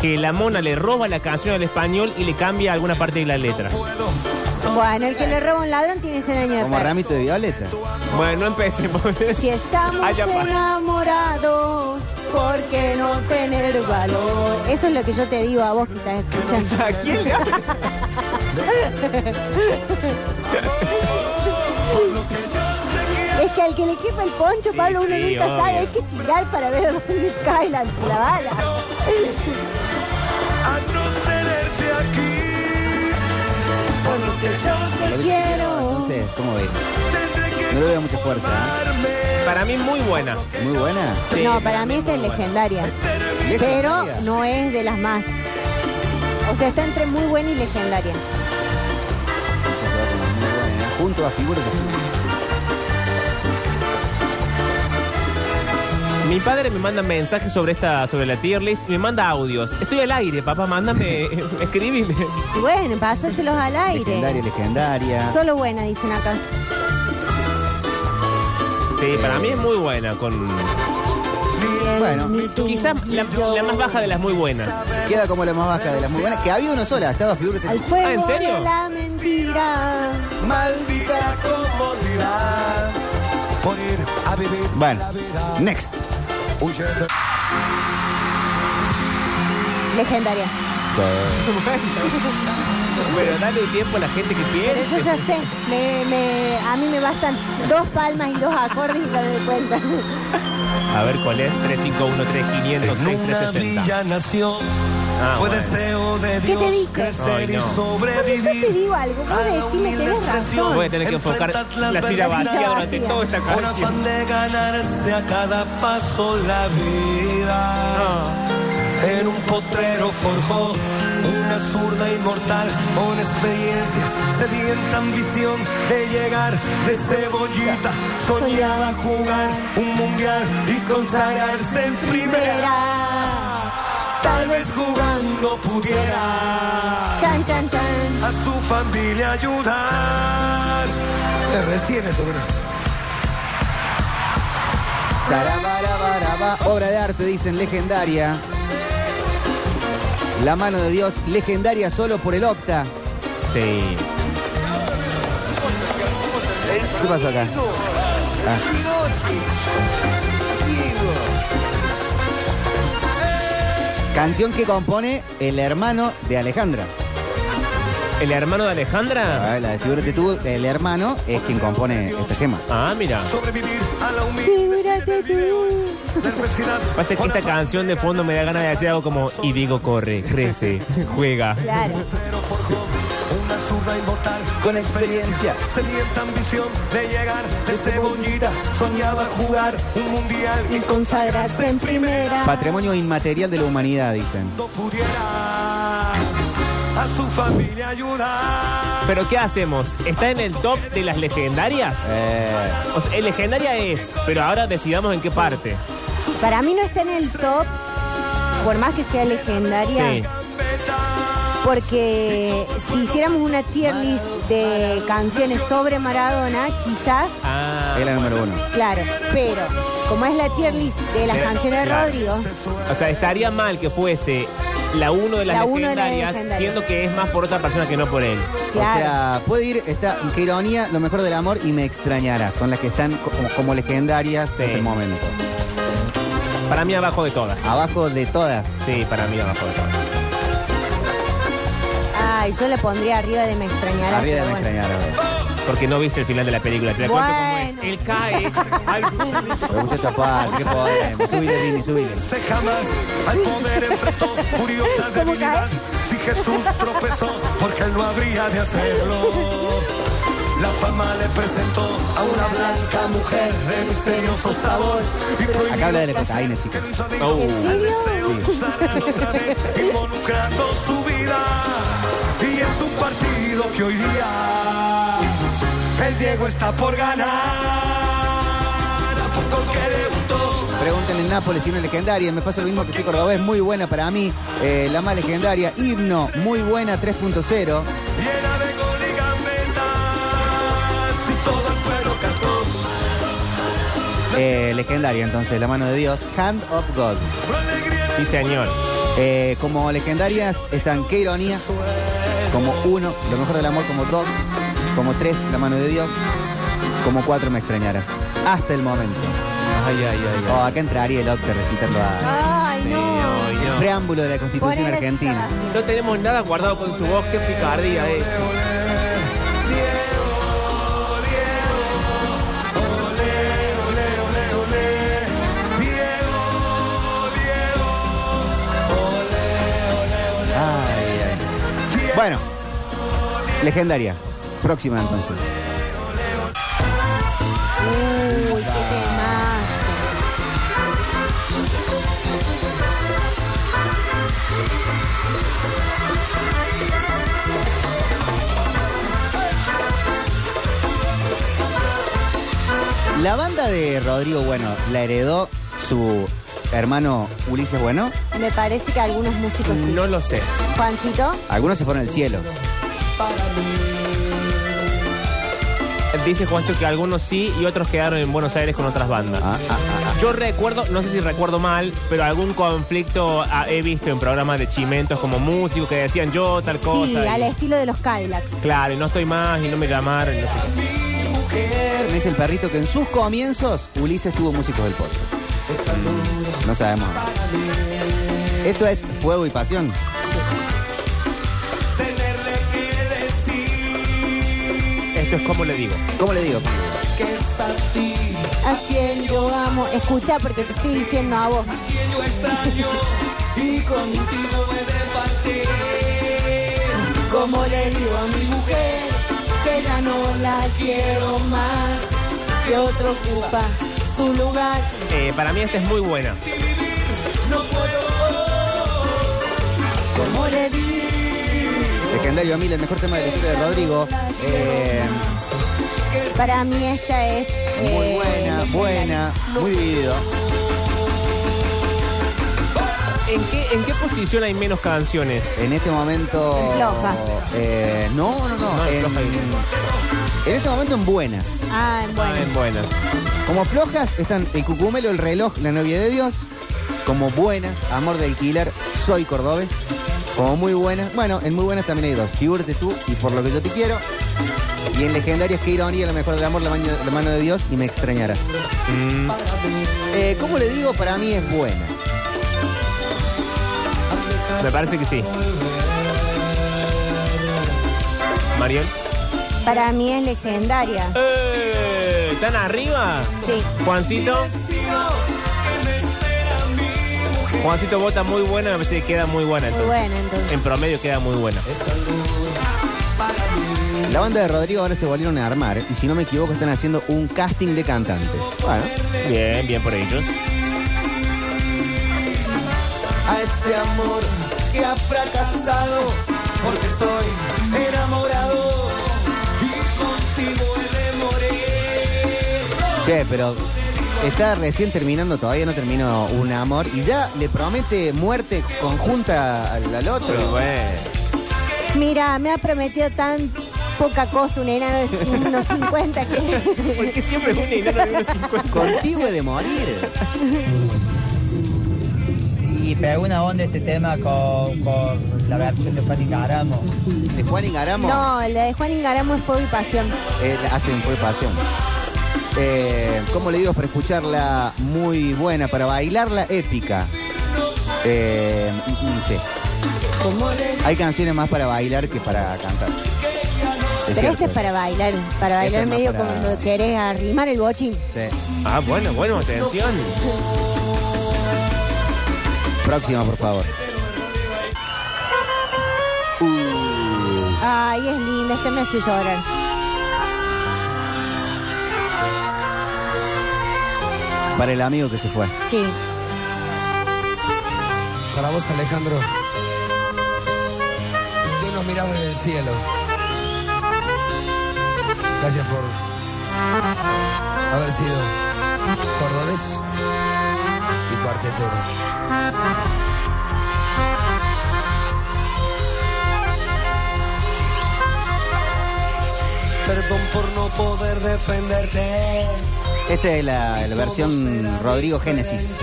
S2: que la mona le roba la canción al español y le cambia alguna parte de la letra.
S3: Bueno, el que le roba a un ladrón tiene 100 años de
S1: Como
S3: perro.
S1: ramito de violeta.
S2: Bueno, no empecemos.
S3: Si estamos
S2: Ay, ya pa-
S3: enamorados, ¿por qué no tener valor? Eso es lo que yo te digo a vos que estás
S2: [LAUGHS]
S3: escuchando.
S2: ¿A quién le habla?
S3: Es Es que al que le quepa el poncho,
S2: Sí,
S3: Pablo, uno
S2: sí,
S3: nunca
S2: obvio.
S3: sabe. Hay que tirar para ver dónde [LAUGHS] cae la, la bala.
S5: a no tenerte aquí. Por lo que yo
S3: Te quiero.
S1: Entonces, ¿cómo ves?
S5: tendré que
S1: No le veo mucha fuerza.
S2: Para mí muy buena.
S1: ¿eh? Muy buena.
S2: Sí,
S3: no, para mí esta
S2: muy
S3: es
S2: buena.
S3: legendaria.
S1: Vieja
S3: Pero
S1: todavía.
S3: no es de las más. O sea, está entre muy buena y legendaria.
S1: Esa se va con las muy buenas, ¿eh? Junto a figuras que-
S2: Mi padre me manda mensajes sobre esta, sobre la tier list, me manda audios. Estoy al aire, papá, mándame, [LAUGHS] escribime.
S3: Y bueno, pásaselos al
S1: legendaria,
S3: aire.
S1: legendaria.
S3: Solo buena, dicen acá.
S2: Sí, para mí es muy buena, con
S1: Bueno,
S3: Ni tú,
S2: quizás
S3: ni
S2: la,
S3: yo.
S2: la más baja de las muy
S3: [LAUGHS]
S2: buenas.
S1: queda como la más baja de las muy buenas, que había una sola, estaba figuras
S3: Al
S1: que-
S3: fuego
S2: Ah, ¿en serio?
S3: de la mentira.
S7: Maldita comodidad por ir a vivir
S1: Bueno,
S7: la vida
S1: next.
S7: huyendo.
S3: Legendaria.
S2: Pero dale un tiempo a la gente que
S3: Pero yo ya
S2: piense.
S3: sé, me- me- a mí me bastan dos palmas y dos acordes y ya me doy cuenta.
S2: A ver cuál es, 351 3500
S7: En una
S2: 6360.
S7: villa nació,
S2: Ah,
S7: fue
S2: bueno.
S7: deseo de
S3: ¿Qué te
S7: Dios
S3: dije?
S7: crecer
S2: Ay, no.
S7: y
S3: Cuando yo te
S7: sobrevivir.
S3: digo algo,
S7: a
S3: vos
S7: la
S3: decime que
S7: humilde
S3: tenés
S7: expresión.
S2: Voy
S3: razón.
S2: a tener que enfocar
S7: Enfrentad
S2: la silla
S7: adversidad.
S2: vacía durante toda esta
S7: Un afán
S2: canción.
S7: de ganarse a cada paso la vida. En un potrero forjó una zurda inmortal, una experiencia sedienta ambición de llegar de cebollita. Soñaba jugar un mundial y consagrarse en primera.
S3: Verá.
S7: Tal vez jugando pudiera
S3: Chan, chan, chan.
S7: a su familia ayudar. Eh, Recién esto, pero-
S1: Sarabarabaraba, obra de arte, dicen legendaria. La mano de Dios, legendaria solo por el octa.
S2: Sí.
S1: ¿Qué pasó acá? Ah. Canción que compone el hermano de Alejandra.
S2: ¿El hermano de Alejandra?
S1: Ah, La de figura que tuvo, el hermano es quien compone este tema.
S2: Ah, mira.
S7: Sobrevivir a la humilde
S3: Figúrate tú.
S7: la adversidad.
S2: Pasa que esta canción de fondo me da ganas de hacer algo como y digo corre, crece, [LAUGHS] juega.
S3: Claro.
S7: Pero forjó una zurda inmortal
S1: Con experiencia.
S7: Sedienta ambición de llegar de cebollita Soñaba jugar un mundial
S3: Y consagrarse en primera.
S1: Patrimonio inmaterial de la humanidad, dicen.
S7: No pudiera a su familia ayudar
S2: Pero ¿qué hacemos? ¿Está en el top de las legendarias?
S1: Eh,
S2: O sea, el legendaria es, pero ahora decidamos en qué parte.
S3: Para mí no está en el top, por más que sea legendaria.
S2: Sí.
S3: Porque si hiciéramos una tier list de canciones sobre Maradona, quizás,
S2: Ah.
S1: es la número uno.
S3: claro, pero como es la tier list de las
S2: Pero,
S3: canciones de
S2: Eh, claro.
S3: Rodrigo,
S2: O sea, estaría mal que fuese la uno de las
S3: La uno de las
S2: legendarias,
S3: legendarias.
S2: siendo que es más por otra persona que no por él.
S3: claro,
S1: O sea, puede ir, esta, qué ironía, lo mejor del amor y me extrañará. Son las que están co- como, como legendarias
S2: Sí.
S1: en este momento.
S2: Para mí abajo de todas.
S1: Abajo de todas.
S2: Sí, para mí abajo de todas.
S3: ay, yo le pondría arriba de Me extrañarás.
S1: Arriba de
S3: pero
S1: me
S3: bueno.
S1: extrañará.
S2: Porque no viste el final de la película. Te la cuento cómo es.
S3: Bueno.
S2: Él cae
S3: [LAUGHS]
S2: al público.
S1: Me gusta tapar, qué podemos. Subile, Vini, subile.
S7: Se jamás al poder
S1: [LAUGHS]
S7: enfrentó curiosa
S3: ¿Cómo
S7: debilidad Si Jesús tropezó porque él no habría de hacerlo La fama le presentó a una blanca mujer de misterioso sabor y prohibido
S1: Acá habla de la
S7: placer
S1: cocaína, chicos.
S7: que lo hizo adicto
S2: Oh.
S3: ¿En
S7: al
S3: serio?
S7: deseo de usarla otra
S1: [LAUGHS]
S7: vez, involucrando su vida. Y es un partido que hoy día el Diego está por ganar. ¿A poco que le gustó?
S1: Pregúntenle en Nápoles si una legendaria. Me pasa lo mismo que soy cordobés. Muy buena para mí. Eh, la más legendaria. Himno, muy buena, 3.0.
S7: Llena de gol y gambetas. Y todo el pueblo cantó.
S1: Eh, legendaria, entonces, la mano de Dios. Hand of God.
S7: Por alegría
S2: Sí, señor.
S1: Eh, como legendarias están Qué ironía, como uno, Lo mejor del amor, como dos, como tres, La mano de Dios, como cuatro, Me extrañarás. Hasta el momento.
S2: Ay, ay, ay.
S1: Oh, acá entraría el octa recitando a-
S3: Ay,
S2: Sí,
S3: no.
S2: ay,
S1: el
S2: no.
S1: preámbulo de la Constitución
S3: Poner esa
S1: pues, Argentina.
S3: canción.
S2: No tenemos nada guardado con su voz. Qué picardía, eh.
S7: de olé, olé, olé,
S1: Legendaria. Próxima entonces.
S3: Uy, qué temazo.
S1: La banda de Rodrigo Bueno la heredó su hermano Ulises Bueno.
S3: Me parece que algunos músicos sí.
S2: No lo sé.
S3: Juancito,
S1: Algunos se fueron al cielo.
S2: Dice Juancho que algunos sí y otros quedaron en Buenos Aires con otras bandas.
S1: Ah, ah, ah,
S2: Yo recuerdo, no sé si recuerdo mal, pero algún conflicto ah, he visto en programas de chimentos como músicos que decían yo tal cosa.
S3: sí,
S2: y-
S3: al estilo de los Cadillacs.
S2: Claro, y no estoy más y no me llamaron. y no sé qué.
S1: ah. Me dice el perrito que en sus comienzos Ulises tuvo músicos del podcast. Mm, No sabemos. Esto es Fuego y Pasión.
S4: Tenerle que decir
S2: Esto es como le digo.
S1: ¿Cómo le digo?
S4: que es a ti
S3: A quien yo amo. Escucha porque te estoy diciendo a vos.
S4: quien yo extraño y contigo he de partir. Como le digo a mi mujer que ya no la quiero más, que otro ocupa su lugar.
S2: Eh, para mí esta es muy buena.
S4: No puedo, como le digo
S1: Legendario a mil, el mejor tema de la historia de Rodrigo. Eh,
S3: Para mí esta es...
S1: muy
S3: eh,
S1: buena,
S3: legendaria.
S1: buena, muy vivido.
S2: ¿En qué, en qué posición hay menos canciones?
S1: En este momento.
S3: En floja.
S1: eh, no, no, no.
S2: No, en
S1: en,
S2: floja y-
S1: en este momento en buenas.
S3: Ah,
S2: Ah, en
S3: bueno.
S2: buenas.
S1: Como flojas están el cucumelo, el reloj, la novia de Dios. Como buenas, amor del killer, soy cordobés. Como muy buenas, bueno, en muy buenas también hay dos. Figúrate tú y por lo que yo te quiero. Y en legendarias, qué ironía, la mejor del amor, la, maño- la mano de Dios y me extrañarás.
S2: Mm,
S1: Eh, ¿Cómo le digo? Para mí es buena.
S2: me parece que sí. Mariel.
S3: Para mí es legendaria.
S2: Eh, ¿Están arriba?
S3: Sí.
S2: Juancito. Juancito vota muy buena, me parece que queda muy buena
S3: Muy
S2: entonces.
S3: buena entonces.
S2: En promedio queda muy buena.
S1: La banda de Rodrigo ahora se volvieron a armar y si no me equivoco están haciendo un casting de cantantes. Bueno,
S2: Bien, bien por ellos.
S4: a este amor que ha fracasado, porque estoy enamorado y contigo he de morir.
S1: che, pero está recién terminando, todavía no terminó un amor y ya le promete muerte conjunta al, al
S2: Pero
S1: otro.
S2: bueno.
S3: Mira, me ha prometido tan poca cosa un enano de unos 50 que...
S1: [LAUGHS]
S2: Porque siempre es un enano de unos 50.
S1: Contigo he de morir.
S6: Y pegó una onda este tema con, con la versión de Fanny Caramo.
S1: De Juan Ingaramo
S3: No, la de Juan Ingaramo es Fuego y Pasión.
S1: eh, hacen fue pasión. Eh, ¿Cómo le digo? Para escucharla muy buena, para bailarla épica. Eh, mm, mm, sí. Hay canciones más para bailar que para cantar. Es
S3: Pero
S1: cierto.
S3: este es para bailar, para bailar
S1: es más
S3: medio
S1: para-
S3: cuando querés arrimar el bochín.
S1: Sí.
S2: Ah, bueno, bueno, atención.
S1: Próxima, por favor.
S3: Ay, es linda, este me hace llorar.
S1: Para el amigo que se fue.
S3: Sí.
S7: Para vos, Alejandro, que nos mirás desde el cielo. Gracias por haber sido cordobés y cuartetero.
S5: Perdón por no poder defenderte.
S1: Esta es la, la versión Rodrigo Génesis. [LAUGHS]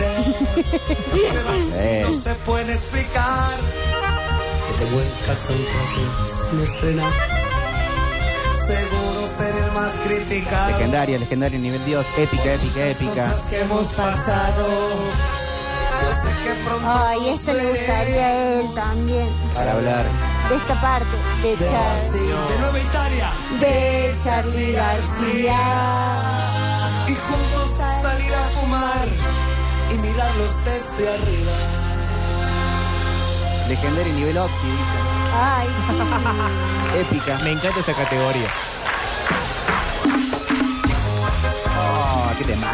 S1: Eh,
S5: No se puede explicar que tengo en casa un traje sin estrenar. Seguro ser el más criticado.
S1: legendaria, legendaria, nivel Dios. Épica, épica, épica.
S5: Cosas que hemos pasado. Yo sé que pronto.
S1: Ah.
S3: Ay, esta le gustaría a él también.
S1: Para hablar.
S3: De esta parte, de Char-
S5: De Nueva Italia.
S3: de Charlie García.
S5: Y juntos salir a fumar y mirarlos desde arriba.
S1: Legendaria, nivel Octi. dice.
S3: Ay, sí.
S1: épica.
S2: Me encanta esa categoría.
S1: Oh, qué tema.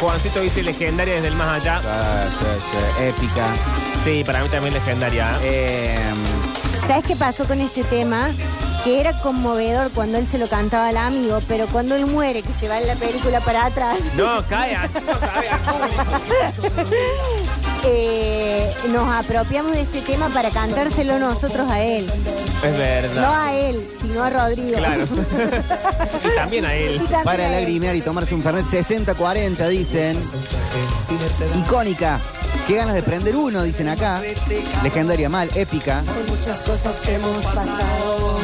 S2: Juancito dice legendaria desde el más allá.
S1: Ah, sí, sí, Épica.
S2: Sí, para mí también legendaria. ¿eh?
S1: Em,
S3: [LAUGHS] ¿Sabes qué pasó con este tema? Que era conmovedor cuando él se lo cantaba al amigo, pero cuando él muere, que se va en la película para atrás,
S2: No, cae así, no cae al público.
S3: eh, nos apropiamos de este tema para cantárselo nosotros a él.
S2: Es
S3: No,
S2: verdad.
S3: a él, sino a Rodrigo. [LAUGHS]
S2: Claro. y también a él.
S3: también
S1: Para
S3: a él.
S1: lagrimear y tomarse un Fernet 60-40, dicen. Icónica. Qué ganas de prender uno, dicen acá. Legendaria mal, épica.
S4: muchas cosas que hemos pasado.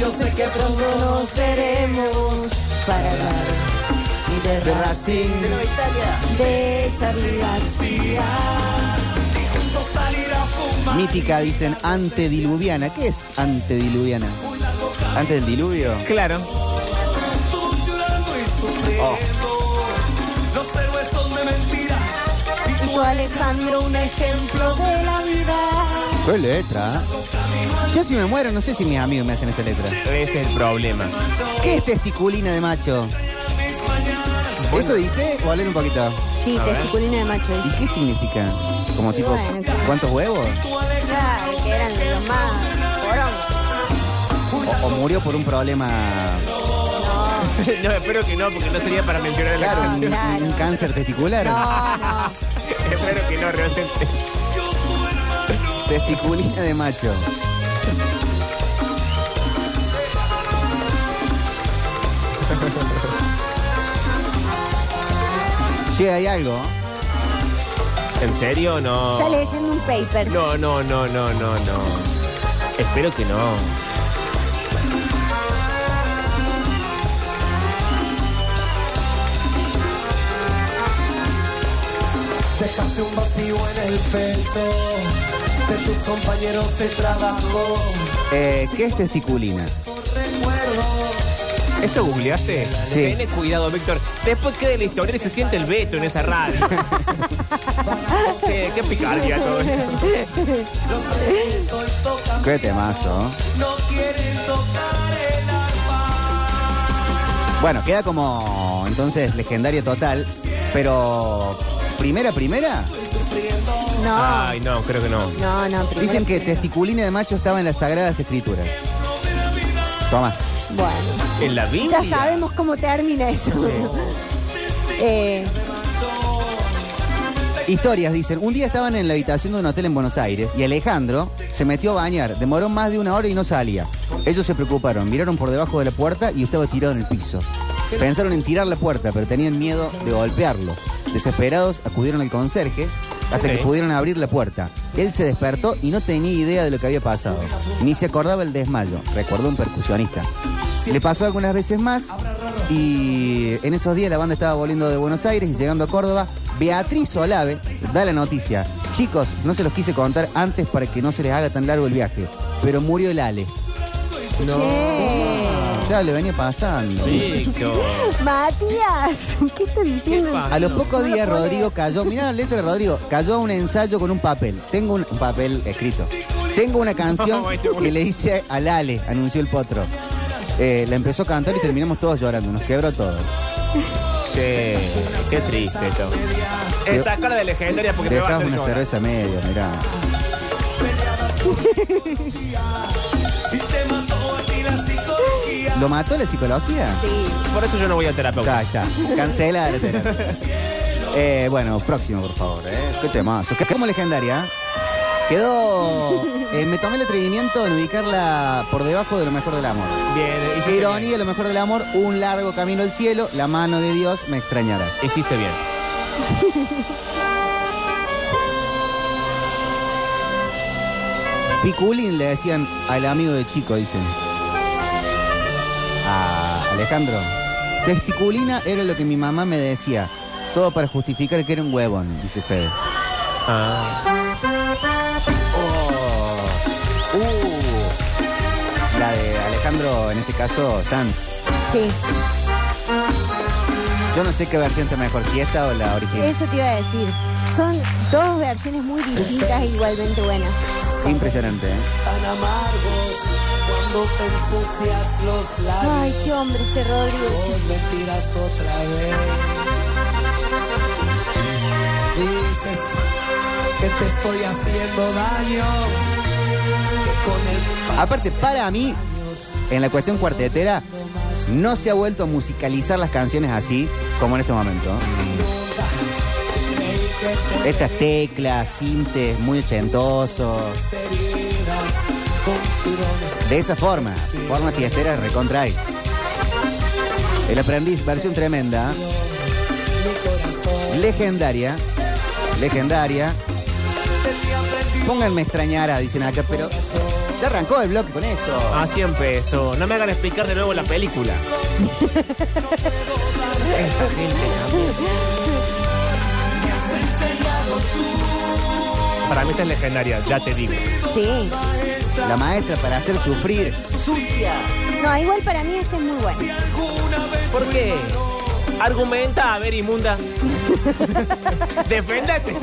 S4: Yo sé que pronto nos veremos para hablar y de
S1: De
S4: Racing,
S1: Racing.
S4: de Charlie García. Y juntos salir a fumar.
S1: Mítica, dicen antediluviana. ¿Qué es antediluviana? ¿Antes del diluvio?
S2: Claro.
S4: Tú llorando y sufriendo. Los héroes son de mentira. Y
S3: Y
S4: tú,
S3: tú, Alejandro, un ejemplo de la vida.
S1: Qué letra. Yo si me muero, no sé si mis amigos me hacen esta letra.
S2: Ese es el problema. [LAUGHS]
S1: ¿Qué es testiculina de macho? ¿Eso dice? Valen un poquito.
S3: Sí, testiculina de macho.
S1: ¿Y qué significa? Como tipo,
S3: Bueno,
S1: ¿cuántos huevos?
S3: Ay, que eran los más porongas.
S1: O, o murió por un problema,
S2: no, espero que no, porque no sería para mencionar el
S1: claro,
S3: Ah,
S1: un,
S3: claro.
S1: un cáncer testicular.
S3: No, no.
S2: Espero que no, realmente.
S1: Testiculina de macho. Che, hay algo.
S2: ¿En serio? No.
S3: Está leyendo un paper.
S2: No, no, no, no, no, no. Espero que no.
S7: Dejaste un vacío en el pecho, de tus compañeros de trabajo.
S1: Eh, ¿Qué es testiculina?
S2: ¿Eso googleaste?
S1: Sí.
S2: Ten cuidado, Víctor. Después queda el historial y se siente el veto en esa
S3: [LAUGHS]
S2: radio. che, qué picardía todo esto.
S1: Qué temazo.
S4: no quieren tocar el
S1: Bueno, queda como entonces legendario total, pero primera, primera.
S3: No,
S2: Ay, no, creo que no.
S3: no, no. primero-
S1: Ah. Dicen que testiculina de macho estaba en las sagradas escrituras. Toma.
S3: Bueno,
S2: ¿En la Biblia?
S3: ya sabemos cómo termina eso. Eh,
S1: Historias, dicen. Un día estaban en la habitación de un hotel en Buenos Aires y Alejandro se metió a bañar. Demoró más de una hora y no salía. Ellos se preocuparon, miraron por debajo de la puerta y estaba tirado en el piso. Pensaron en tirar la puerta, pero tenían miedo de golpearlo. Desesperados, acudieron al conserje hasta
S2: Ok.
S1: que pudieron abrir la puerta. Él se despertó y no tenía idea de lo que había pasado. Ni se acordaba el desmayo, recordó un percusionista. Le pasó algunas veces más y en esos días la banda estaba volviendo de Buenos Aires y llegando a Córdoba. Beatriz Olave da la noticia. Chicos, no se los quise contar antes para que no se les haga tan largo el viaje, pero murió el Ale.
S3: che.
S1: Ya le venía pasando.
S2: Víctor.
S3: Matías, ¿qué estás diciendo?
S2: pasa?
S1: A los pocos
S3: No lo
S1: días
S3: puedo
S1: Rodrigo cayó, mirá la letra de Rodrigo, cayó a un ensayo con un papel. Tengo un, un papel escrito. Tengo una
S3: [LAUGHS]
S1: canción
S2: No, esto-
S1: que le hice al Ale, anunció el potro. Eh, la empezó a cantar y terminamos todos llorando, nos quebró todo.
S2: Che, qué triste esto.
S1: Te-
S2: Eh, sacala de legendaria porque te va
S1: Dejás
S2: a hacer
S1: una
S2: llorar.
S1: cerveza media, mirá.
S4: Y te mató a ti la psicología.
S1: ¿Lo mató la psicología?
S2: Por eso yo no voy a
S1: Está,
S2: terapeuta.
S1: está. Cancela la terapia.
S3: [LAUGHS]
S1: Eh, bueno, próximo, por favor. ¿eh? Qué temazo. Qué como legendaria. ¿eh? Quedó. eh, me tomé el atrevimiento de ubicarla por debajo de lo mejor del amor.
S2: Bien, hiciste
S1: Qué
S2: bien.
S1: ironía, lo mejor del amor, un largo camino al cielo, la mano de Dios, me extrañarás.
S2: Hiciste bien.
S1: Piculín le decían al amigo de chico, dicen. A Alejandro. Testiculina era lo que mi mamá me decía. Todo para justificar que era un huevón, dice Fede.
S2: Ah.
S1: Oh. Uh. La de Alejandro, en este caso, Sanz.
S3: Sí,
S1: Yo no sé qué versión está mejor, si esta o la original.
S3: eso te iba a decir. Son dos versiones muy distintas e igualmente buenas.
S1: Qué impresionante, ¿eh?
S4: tan amargos cuando te ensucias los labios
S3: Ay, qué hombre este Rodrigo.
S4: con mentiras otra vez. Dices que te estoy haciendo daño, que con el paso
S1: Aparte, para mí, en la cuestión cuartetera, no se ha vuelto a musicalizar las canciones así como en este momento. Estas teclas, sintes, muy ochentosos. De esa forma, forma fiestera recontra hay. El aprendiz, versión tremenda. Legendaria. Legendaria. Pónganme extrañará, dicen acá, pero ya arrancó el bloque con eso.
S2: A 100 pesos. Ah, No me hagan explicar de nuevo la película. Para mí esta es legendaria, ya te digo.
S3: Sí.
S1: La maestra para hacer sufrir.
S3: No, igual para mí este es muy bueno.
S2: ¿Por qué? Argumenta, a ver, inmunda. [LAUGHS] Deféndete.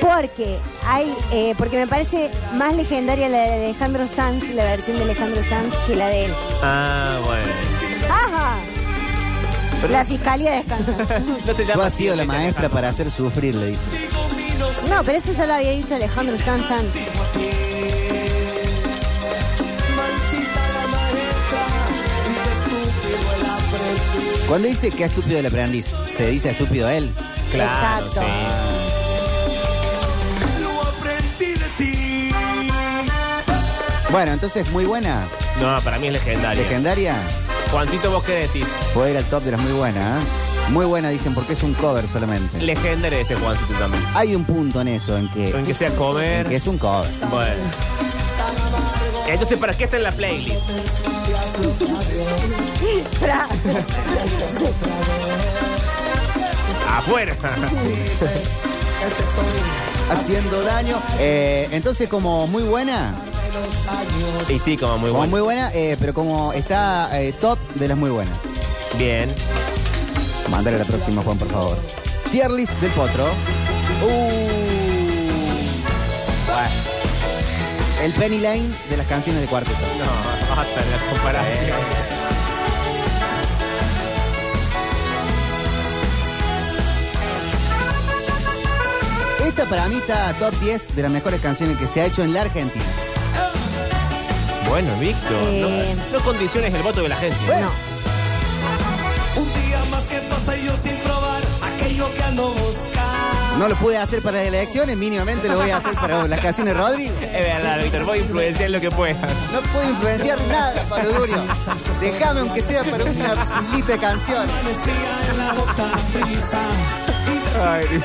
S3: Porque hay, eh, porque me parece más legendaria la de Alejandro Sanz, la versión de Alejandro Sanz que la de él.
S2: Ah, bueno.
S3: ¡Ajá! La fiscalía descansa.
S2: No se
S1: Tú
S2: llama
S1: has sido
S2: así,
S1: la
S2: es
S1: maestra
S2: Alejandro.
S1: para hacer sufrir, le dice.
S3: No, pero eso ya lo había dicho Alejandro Sanz antes.
S1: Cuando dice que es estúpido el aprendiz, se dice estúpido él.
S2: Claro, sí.
S3: Exacto.
S5: Lo aprendí de ti.
S1: Bueno, entonces muy buena.
S2: No, para mí es legendaria.
S1: Legendaria.
S2: Juancito, ¿vos qué decís?
S1: Puede ir al top de las muy buenas. ¿eh? Muy buena, dicen, porque es un cover solamente.
S2: Legendaria ese Juancito también.
S1: Hay un punto en eso, en que,
S2: Con que sea
S1: en que
S2: comer.
S1: es un cover.
S2: Bueno. Entonces, ¿para qué está en la [LAUGHS] playlist?
S3: Fra-
S2: Afuera.
S1: Haciendo daño. Eh, entonces, como muy buena,
S2: y sí, como muy
S1: como
S2: bueno.
S1: muy buena, eh, pero como está eh, top de las muy buenas.
S2: Bien.
S1: Mándale la próxima, Juan, por favor. Tier list del potro. Uh. Bueno. El Penny Lane de las canciones de cuarteto.
S2: No, hasta la comparación.
S1: Esta para mí está top 10 de las mejores canciones que se ha hecho en la Argentina.
S2: Bueno, Víctor,
S3: Eh.
S2: no, no condiciones el voto de la gente.
S1: Bueno,
S5: Un día más que pasa y yo sin probar aquello que ando buscando.
S1: no lo pude hacer para las elecciones, mínimamente lo voy a hacer para las canciones de Rodrigo.
S2: Es verdad, Víctor, voy a influenciar lo que pueda.
S1: No puedo influenciar nada, Pablo Durio. Déjame aunque sea para una lista de canciones.
S5: Decía en la boca prisa y
S2: Ay, Dios.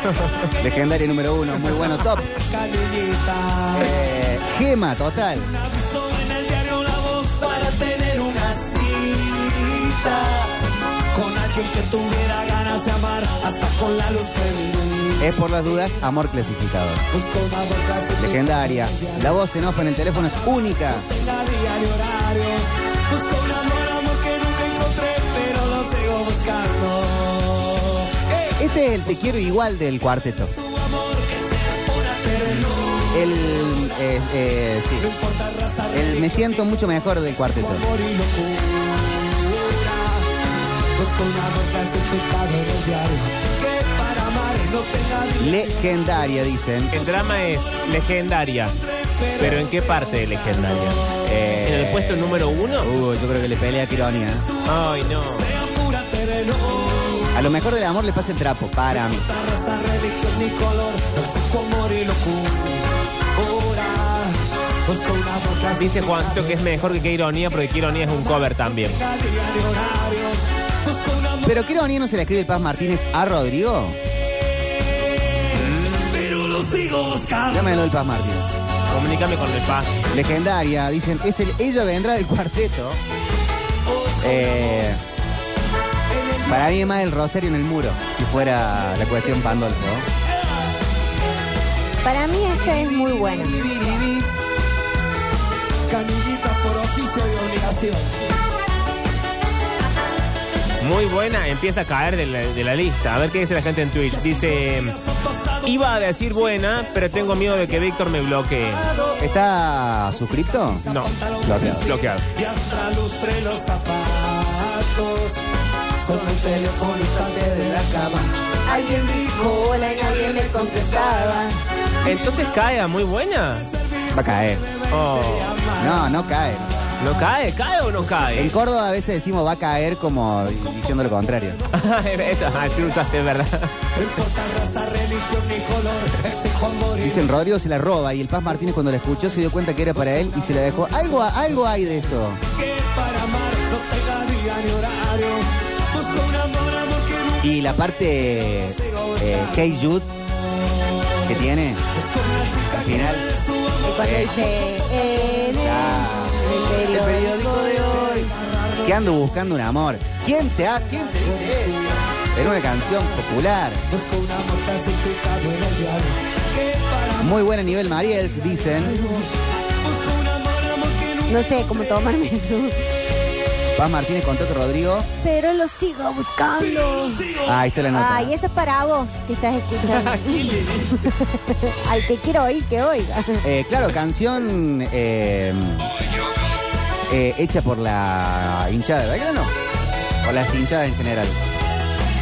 S1: Legendario número uno, muy bueno, top.
S5: canillita.
S1: Eh, gema, total.
S5: Aviso en el diario la voz para tener una cita con alguien que tuviera ganas de amar hasta con la luz prendida.
S1: Es por las dudas, amor clasificado.
S5: Busco una boca sin
S1: Legendaria. La voz en off en el teléfono es única.
S5: tenga diario horarios. Busco un amor, amor que nunca encontré, pero lo sigo buscando. Hey,
S1: Este es el Te Quiero Igual del cuarteto.
S5: su amor que sea pura ternura.
S1: El, eh, eh, sí.
S5: No importa raza,
S1: el Me Siento Mucho Mejor del cuarteto.
S5: amor y locura. Busco un amor clasificado en el diario. Que para amar no tenga diario.
S1: Legendaria, dicen.
S2: El drama es legendaria. ¿Pero en qué parte de legendaria?
S1: Eh,
S2: ¿En el puesto número uno?
S1: Uh, yo creo que le pelea a Quironia. ¿eh?
S2: Ay, no.
S5: sea pura ternura.
S1: A lo mejor del amor le pasa el trapo, para mí.
S5: raza, religión ni color, busco amor y locura.
S4: Pues
S5: Busco una boca
S2: Dice Juancito que es mejor que qué ironía, porque qué ironía es un cover también.
S5: Busco un amor,
S1: Pero Quironia no se le escribe el Paz Martínez a Rodrigo.
S5: pero lo sigo buscando.
S1: Llámelo el Paz Martínez.
S2: Comunícame con el paz.
S1: Legendaria, dicen. Es el Ella Vendrá del cuarteto. Eh, para mí es más el Rosario en el muro, si fuera la cuestión Pandolfo.
S3: Para mí esta es muy buena.
S5: Canillita por oficio y obligación.
S2: muy buena empieza a caer de la, de la lista. A ver qué dice la gente en Twitch. Dice, iba a decir buena, pero tengo miedo de que Víctor me bloquee.
S1: ¿Está suscripto?
S2: No,
S1: Bloqueado.
S2: bloqueado.
S4: Y hasta lustré los zapatos. Solo un teléfono instante de la cama. Alguien dijo hola y nadie me contestaba.
S2: Entonces cae a muy buena.
S1: Va a caer.
S2: Oh,
S1: No, no cae.
S2: ¿No cae? ¿Cae o no
S1: En
S2: cae?
S1: Córdoba a veces decimos va a caer como diciendo lo contrario.
S2: [LAUGHS] Esa, así lo usaste, ¿verdad?
S4: No importa raza, religión ni color, exijo amor y
S1: Dicen Rodrigo se la roba y el Paz Martínez cuando la escuchó se dio cuenta que era para él y se la dejó. Algo, algo hay de eso.
S4: que para amar no tenga día ni horario. Busco un amor, amor que nunca
S1: Y la parte eh, Hey Jude que tiene al final.
S3: Y cuando
S1: Eh.
S3: dice, en el,
S1: Ah,
S3: el
S1: el periódico
S3: periódico
S1: de hoy. Que ando buscando un amor. ¿Quién te hace? ¿Quién te dice eso? Era una canción popular.
S4: busco un amor clasificado en el diario. Que para
S1: Muy buen a nivel Mariels, dicen.
S4: busco un amor, amor que nunca
S3: No sé cómo tomarme [LAUGHS] eso.
S1: Paz Martínez contó que Rodrigo.
S3: Pero lo sigo buscando.
S1: Ah, ahí está la nota.
S3: Ay, eso es para vos que
S1: [LAUGHS]
S3: estás escuchando. [LAUGHS] Al que quiero oír, que oiga. [LAUGHS]
S1: Eh, claro, canción eh, eh, hecha por la hinchada de Belgrano. O las hinchadas en general.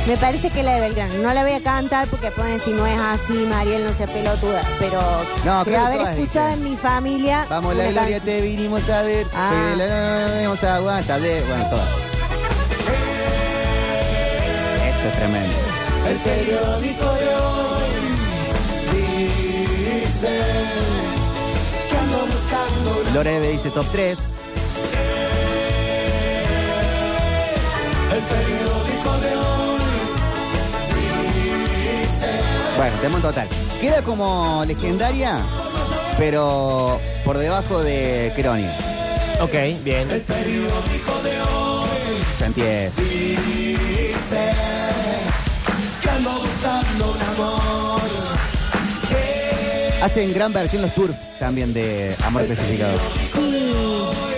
S3: Me parece que la de Belgrano. No la voy a cantar porque ponen si no es así, Mariel, no sea pelotuda. Pero
S1: No, creo
S3: de
S1: que
S3: haber
S1: todas
S3: escuchado
S1: dicen.
S3: en mi familia.
S1: Vamos, la
S3: una
S1: gloria
S3: canción.
S1: te vinimos a ver.
S3: Ah.
S1: Soy de la no, no, no, vamos a aguantar. de- Bueno, todo. Esto es tremendo.
S4: El periódico de hoy dice que ando buscando una-
S1: Lorebe dice top 3.
S4: El periódico de hoy
S1: Bueno, tenemos en total. Queda como legendaria, pero por debajo de Crony.
S2: Ok, bien.
S1: Santiés.
S4: que ando buscando un amor.
S1: Hacen gran versión los tours también de Amor Clasificado.
S3: Sí,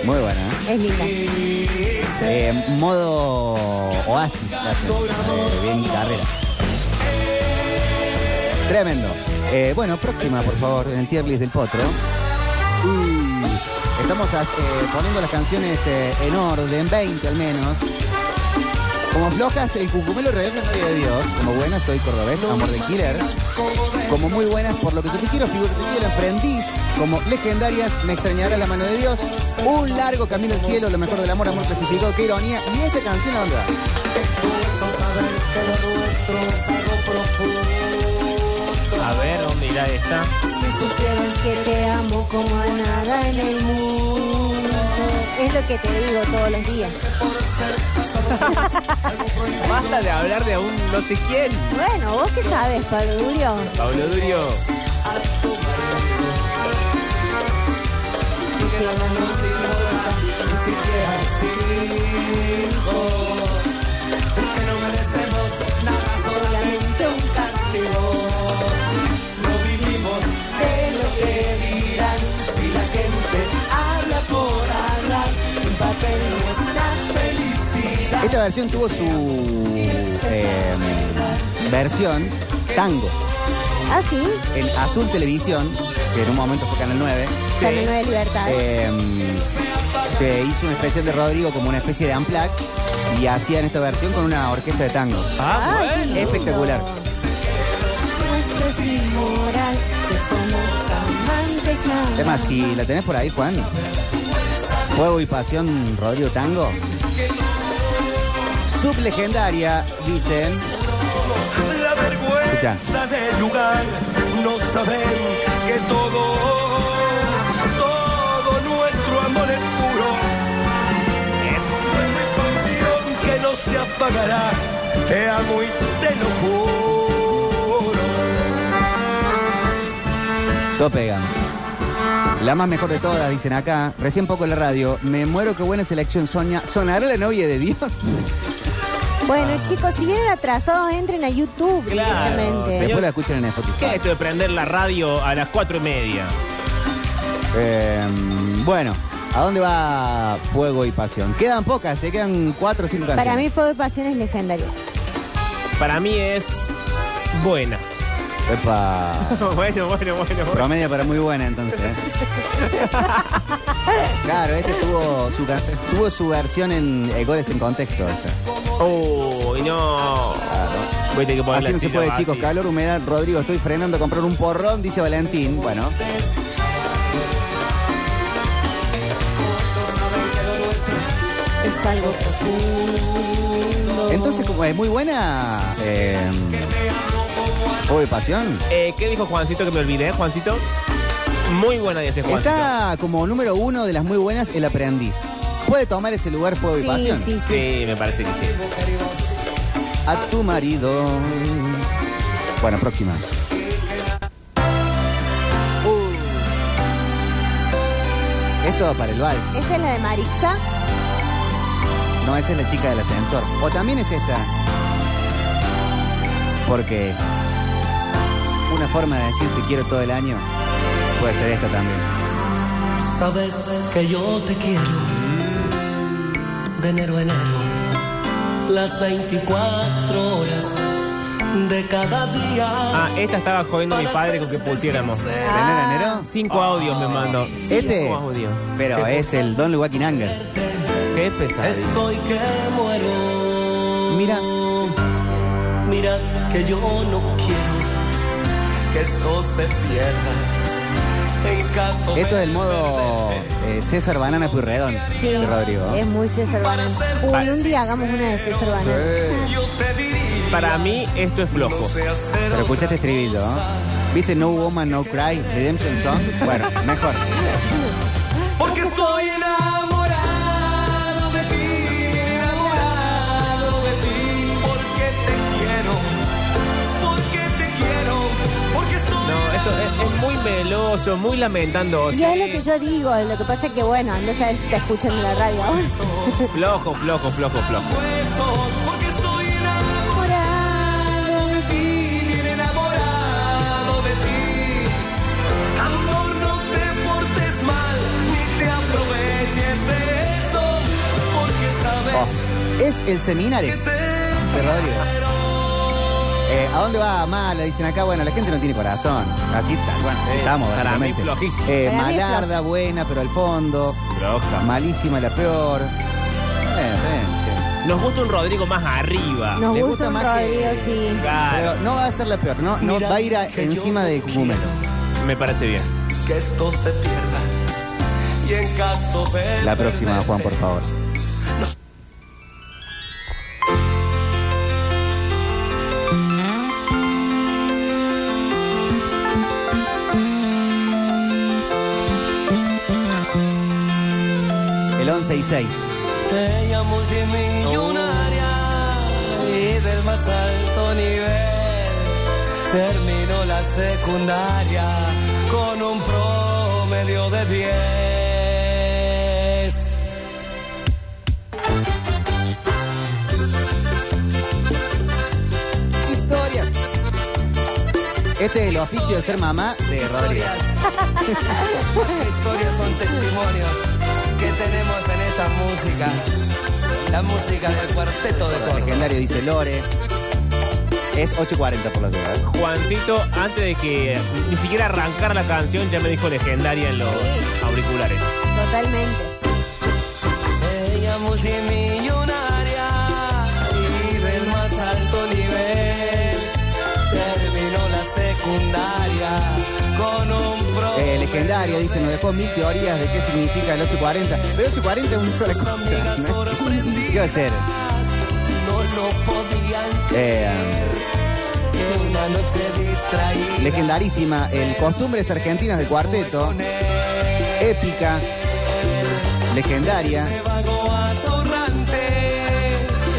S1: Muy buena. ¿eh?
S3: es linda.
S1: Eh, modo oasis. la hacen. Eh, bien carrera. Tremendo. Eh, bueno, próxima, por favor, en el tier list del potro. Mm, Estamos a- eh, poniendo las canciones eh, en orden, 20 al menos. Como flojas, el cucumelo real no de Dios. Como buenas, soy cordobés, amor de killer. Como muy buenas, por lo que yo te quiero, figura te quiero, el aprendiz. Como legendarias, me extrañará la mano de Dios. Un largo camino al cielo, lo mejor del amor, amor clasificado, qué ironía. Y esta canción, ¿a dónde va?
S2: A ver, ¿dónde irá esta?
S3: Que te amo como a nada en el mundo. Es lo que te digo todos los días.
S2: Basta de hablar de un no sé quién.
S3: Bueno, vos qué sabes, Pablo Durio.
S2: Pablo Durio.
S1: Esta versión tuvo su eh, versión tango
S3: Ah, sí.
S1: en Azul Televisión, que en un momento fue Canal 9.
S3: Sí. de Libertad.
S1: Eh, se hizo una especial de Rodrigo como una especie de unplug y hacían esta versión con una orquesta de tango.
S2: Ah,
S3: Ay,
S2: bueno.
S3: qué lindo.
S1: espectacular.
S3: Nuestro es inmoral, que somos amantes nada
S1: Es más, si la tenés por ahí, Juan. Fuego y pasión, Rodrigo Tango. Sublegendaria, dicen.
S7: La vergüenza del lugar, no saber que todo, todo nuestro amor es puro. Es mi pasión que no se apagará. Te amo y te lo juro.
S1: Todo pegan. La más mejor de todas, dicen acá. Recién poco en la radio. Me muero, qué buena selección, Sonia. ¿Sonará la novia de Dios?
S3: Bueno, chicos, si vienen atrasados, entren a YouTube
S2: Claro,
S3: directamente.
S1: Después la escuchan en Spotify.
S2: ¿Qué es esto de prender la radio a las cuatro y media?
S1: Eh, bueno, ¿A dónde va Fuego y Pasión? Quedan pocas, se quedan cuatro o cinco canciones.
S3: Para mí, Fuego y Pasión es legendario.
S2: Para mí es
S1: [LAUGHS]
S2: buena.
S1: Epa.
S2: bueno, bueno, bueno, bueno.
S1: Promedio para muy buena entonces.
S3: [LAUGHS]
S1: ¿eh? claro, este tuvo su, can- tuvo su versión en eh, Goles en Contexto. esta.
S2: Oh, y no. Voy a tener que poner
S1: Así
S2: la
S1: no se
S2: silla
S1: puede,
S2: vacía.
S1: chicos. Calor, humedad. Rodrigo, estoy frenando a comprar un porrón, dice Valentín. Bueno,
S4: Es algo profundo.
S1: entonces como es muy buena... eh, Fuego y Pasión.
S2: Eh, ¿Qué dijo Juancito que me olvidé, Juancito? Muy buena dice Juancito.
S1: Está como número uno de las muy buenas, El Aprendiz. Puede tomar ese lugar Fuego y
S3: Sí,
S1: Pasión.
S3: sí, sí.
S2: Sí, me parece que sí.
S1: A tu marido. Bueno, próxima. Uh. Esto para el vals.
S3: Esta es la de Marixa.
S1: No, esa es la chica del ascensor. O también es esta. Porque una forma de decir te quiero todo el año puede ser esta también.
S5: Sabes que yo te quiero de enero a enero, las 24 horas de cada día.
S2: Ah, esta estaba jodiendo a mi padre con que pusiéramos.
S1: ¿De enero a enero?
S2: Cinco audios me mandó. Cinco
S1: Este.
S2: audios.
S1: Pero es el Don Luwaki Nanga.
S2: Qué pesadilla.
S5: Estoy que muero.
S1: Mira.
S5: Mira que yo no quiero que esto se pierda. En caso
S1: Esto
S5: de
S1: del modo eh, César Banana Purredón.
S3: Sí,
S1: de Rodrigo.
S3: es muy César Banana. Uy, un día hagamos una de César Banana.
S1: Sí.
S5: yo te diría
S2: Para mí esto es flojo.
S1: Pero escuchaste estribillo, ¿no? ¿Viste No Woman, No Cry, Redemption Song? Bueno, mejor.
S5: porque estoy enamorado de ti, enamorado de ti, porque te quiero, porque te quiero, porque estoy
S2: No, esto es, es muy meloso, muy lamentando.
S3: Y es lo que yo digo, lo que pasa es que bueno, no sabes si te escuchan en la radio [LAUGHS] ahora.
S2: Flojo, flojo, flojo, flojo.
S5: besos, porque estoy enamorado de ti, bien enamorado de ti. Amor, no te portes mal, ni te aproveches de eso, porque
S1: Oh,
S5: sabes
S1: Es el seminario
S5: que te
S1: de Rodrigo. Eh, ¿A dónde va Mala? Dicen acá, bueno, la gente no tiene corazón. Así está, bueno, así
S2: Sí,
S1: estamos,
S2: para mí
S1: básicamente.
S2: flojísimo.
S1: Eh,
S3: Para mí es
S1: malarda, buena, pero al fondo.
S2: Floja.
S1: Malísima, la peor. Bueno, está bien, sí.
S2: Nos gusta un Rodrigo más arriba.
S3: Nos
S1: Me gusta
S3: gusta un
S1: más que-
S3: Rodrigo, sí.
S2: Claro,
S1: Pero no va a ser la peor, no, no
S5: Mira
S1: va a ir a-
S5: que yo
S1: encima
S5: no
S1: de Cucumelo.
S2: me parece bien.
S5: que esto se pierda. Y en caso de
S1: La próxima,
S5: perderte,
S1: Juan, por favor. El 11 y 6.
S5: Te llamo multimillonaria y del más alto nivel. Terminó la secundaria con un promedio de 10.
S1: Historias. Este es el oficio de ser mamá de Rodríguez.
S5: Las [LAUGHS] historias son testimonios que tenemos en esta música. La música del cuarteto de Córdoba.
S1: Legendario dice Lore. Es 8.40 por la duda. ¿eh?
S2: Juancito, antes de que ni siquiera arrancar la canción, ya me dijo legendaria en los auriculares.
S3: Totalmente.
S5: Ella multimillonaria y del más alto nivel. Terminó la secundaria con un pro.
S1: Eh, legendario, dice, nos dejó mil teorías de qué significa el 840. Pero 840 es una [LAUGHS] sola cosa. ¿no? ¿Qué va a ser?
S5: No lo podían
S1: Eh,
S5: que una noche distraída.
S1: legendarísima, el Costumbres Argentinas del Cuarteto. Épica. Legendaria.
S5: vago atorrante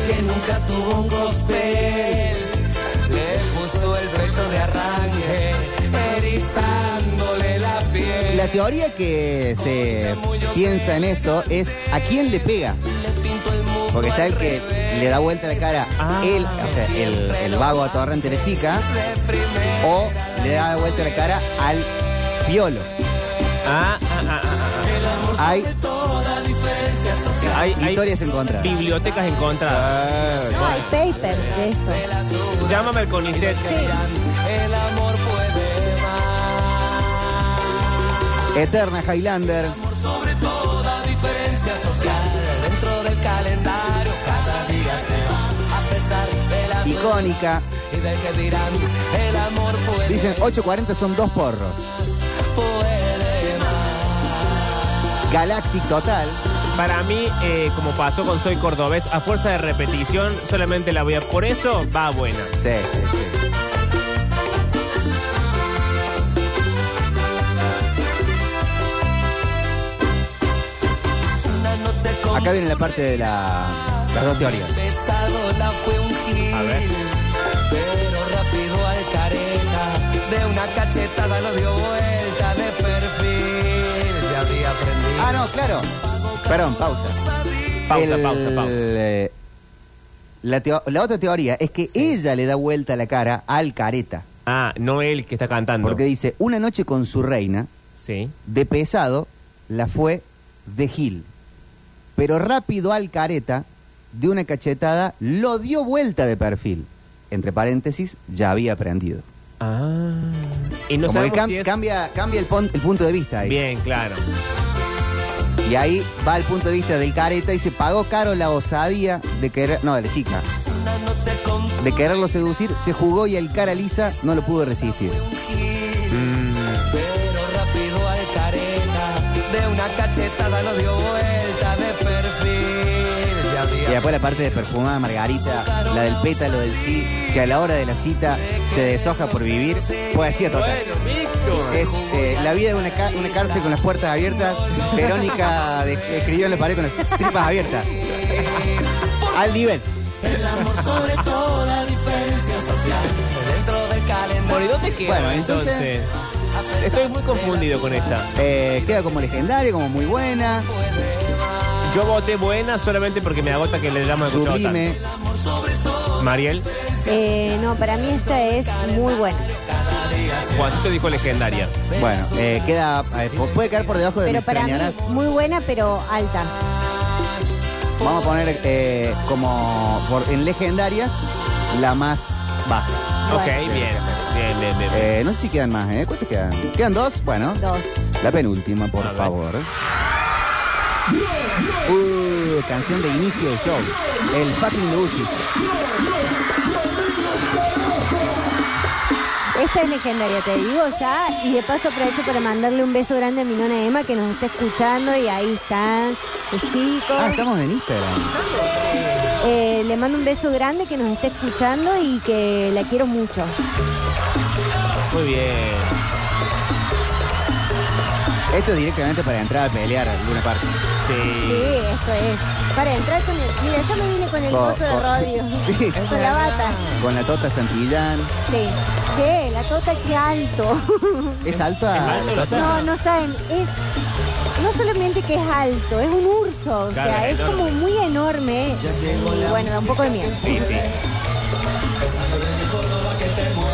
S5: que nunca tuvo un gospel. Le puso el pecho de arranque, erizándole la piel.
S1: La teoría que se piensa en esto es a quién le pega. Porque está el que le da vuelta la cara, el, o sea, el, el vago atorrante de la chica, o le da vuelta la cara al piolo.
S2: Ah, ah, ah, ah, ah.
S1: Hay
S2: Hay, hay
S1: Historias encontradas.
S2: bibliotecas encontradas.
S1: Ah,
S3: No, hay papers de esto.
S2: Llámame al CONICET.
S1: Eterna Highlander. Icónica. Dicen 8.40 son dos porros. Galactic Total.
S2: Para mí, eh, como pasó con Soy Cordobés, a fuerza de repetición solamente la voy a... Por eso va buena.
S1: Sí, sí, sí. Acá viene la parte de la, las dos teorías.
S4: Pesadona fue un gil,
S2: A ver.
S4: pero rápido al careta, de una cachetada lo dio vuelta de perfil, ya había aprendido.
S1: Ah, no, claro. Perdón, pausa.
S2: Pausa,
S1: El-
S2: pausa, pausa.
S1: eh, La, teo- la otra teoría es que ella le da vuelta la cara al careta.
S2: Ah, no él que está cantando.
S1: Porque dice, una noche con su reina,
S2: Sí.
S1: de pesado, la fue de Gil. Pero rápido al careta, de una cachetada, lo dio vuelta de perfil. Entre paréntesis, ya había aprendido.
S2: Ah. Y no
S1: Como que
S2: sabemos
S1: cam-
S2: si es...
S1: cambia, cambia el, pon- el punto de vista ahí.
S2: Bien, claro.
S1: Y ahí va el punto de vista del careta y se pagó caro la osadía de querer, no, de la chica, de quererlo seducir, se jugó y el cara lisa no lo pudo resistir.
S2: Mm.
S4: Pero rápido al careta, de una cachetada lo dio vuelta de perfil, ya había
S1: Y después la parte de perfumada Margarita, la del pétalo del sí, que a la hora de la cita se deshoja por vivir, poesía total.
S2: Víctor.
S1: Es eh, la vida de una, ca- una cárcel con las puertas abiertas. Verónica [LAUGHS] de- escribió en la pared con las tripas abiertas. [LAUGHS] Al nivel.
S2: Bueno, ¿y dónde queda
S1: Bueno,
S2: entonces?
S1: entonces-
S2: Estoy muy confundido con esta.
S1: Eh, queda como legendaria, como muy buena,
S2: Yo voté buena solamente porque me agota que le hayamos escuchado
S1: sublime.
S2: tanto. Mariel,
S3: Eh, no, para mí esta es muy buena.
S2: Juancito dijo legendaria.
S1: Bueno, eh, queda, eh, po- puede caer por debajo de
S3: Pero
S1: mis
S3: para mí
S1: preñadas.
S3: muy buena, pero alta.
S1: Vamos a poner eh, como por- en legendaria la más baja.
S2: Ok,
S3: Bueno.
S2: bien. Bien, bien, bien. bien.
S1: Eh, no sé si quedan más, ¿eh? ¿Cuántas quedan? ¿Quedan dos? Bueno,
S3: Dos.
S1: la penúltima, por
S2: A ver.
S1: favor. Uh, canción de inicio del show. El fucking de Uzi.
S3: Esta es legendaria, te digo ya. Y de paso aprovecho para mandarle un beso grande a mi nona Emma que nos está escuchando y ahí están los chicos.
S1: Ah, estamos en Instagram.
S3: Eh, le mando un beso grande que nos está escuchando y que la quiero mucho.
S2: Muy bien.
S1: Esto es directamente para entrar a pelear a alguna parte.
S3: Sí,
S2: Sí.
S3: esto es. Para entrar con el. Mira, yo me vine con el
S1: Co-
S3: coso de
S1: co-
S2: [LAUGHS]
S3: radio.
S1: [LAUGHS] Sí.
S3: Con la bata.
S1: Con la Tota Santillán.
S3: Sí. Che, la tota qué
S2: [LAUGHS]
S3: alto.
S1: ¿Es alta?
S2: ¿Es alto la Tota?
S3: No, no saben, es no solamente que es alto, es un urso, o
S2: Claro,
S3: sea,
S2: es
S3: es como
S2: enorme.
S3: muy enorme. Y bueno, da un poco de miedo.
S2: Sí, sí.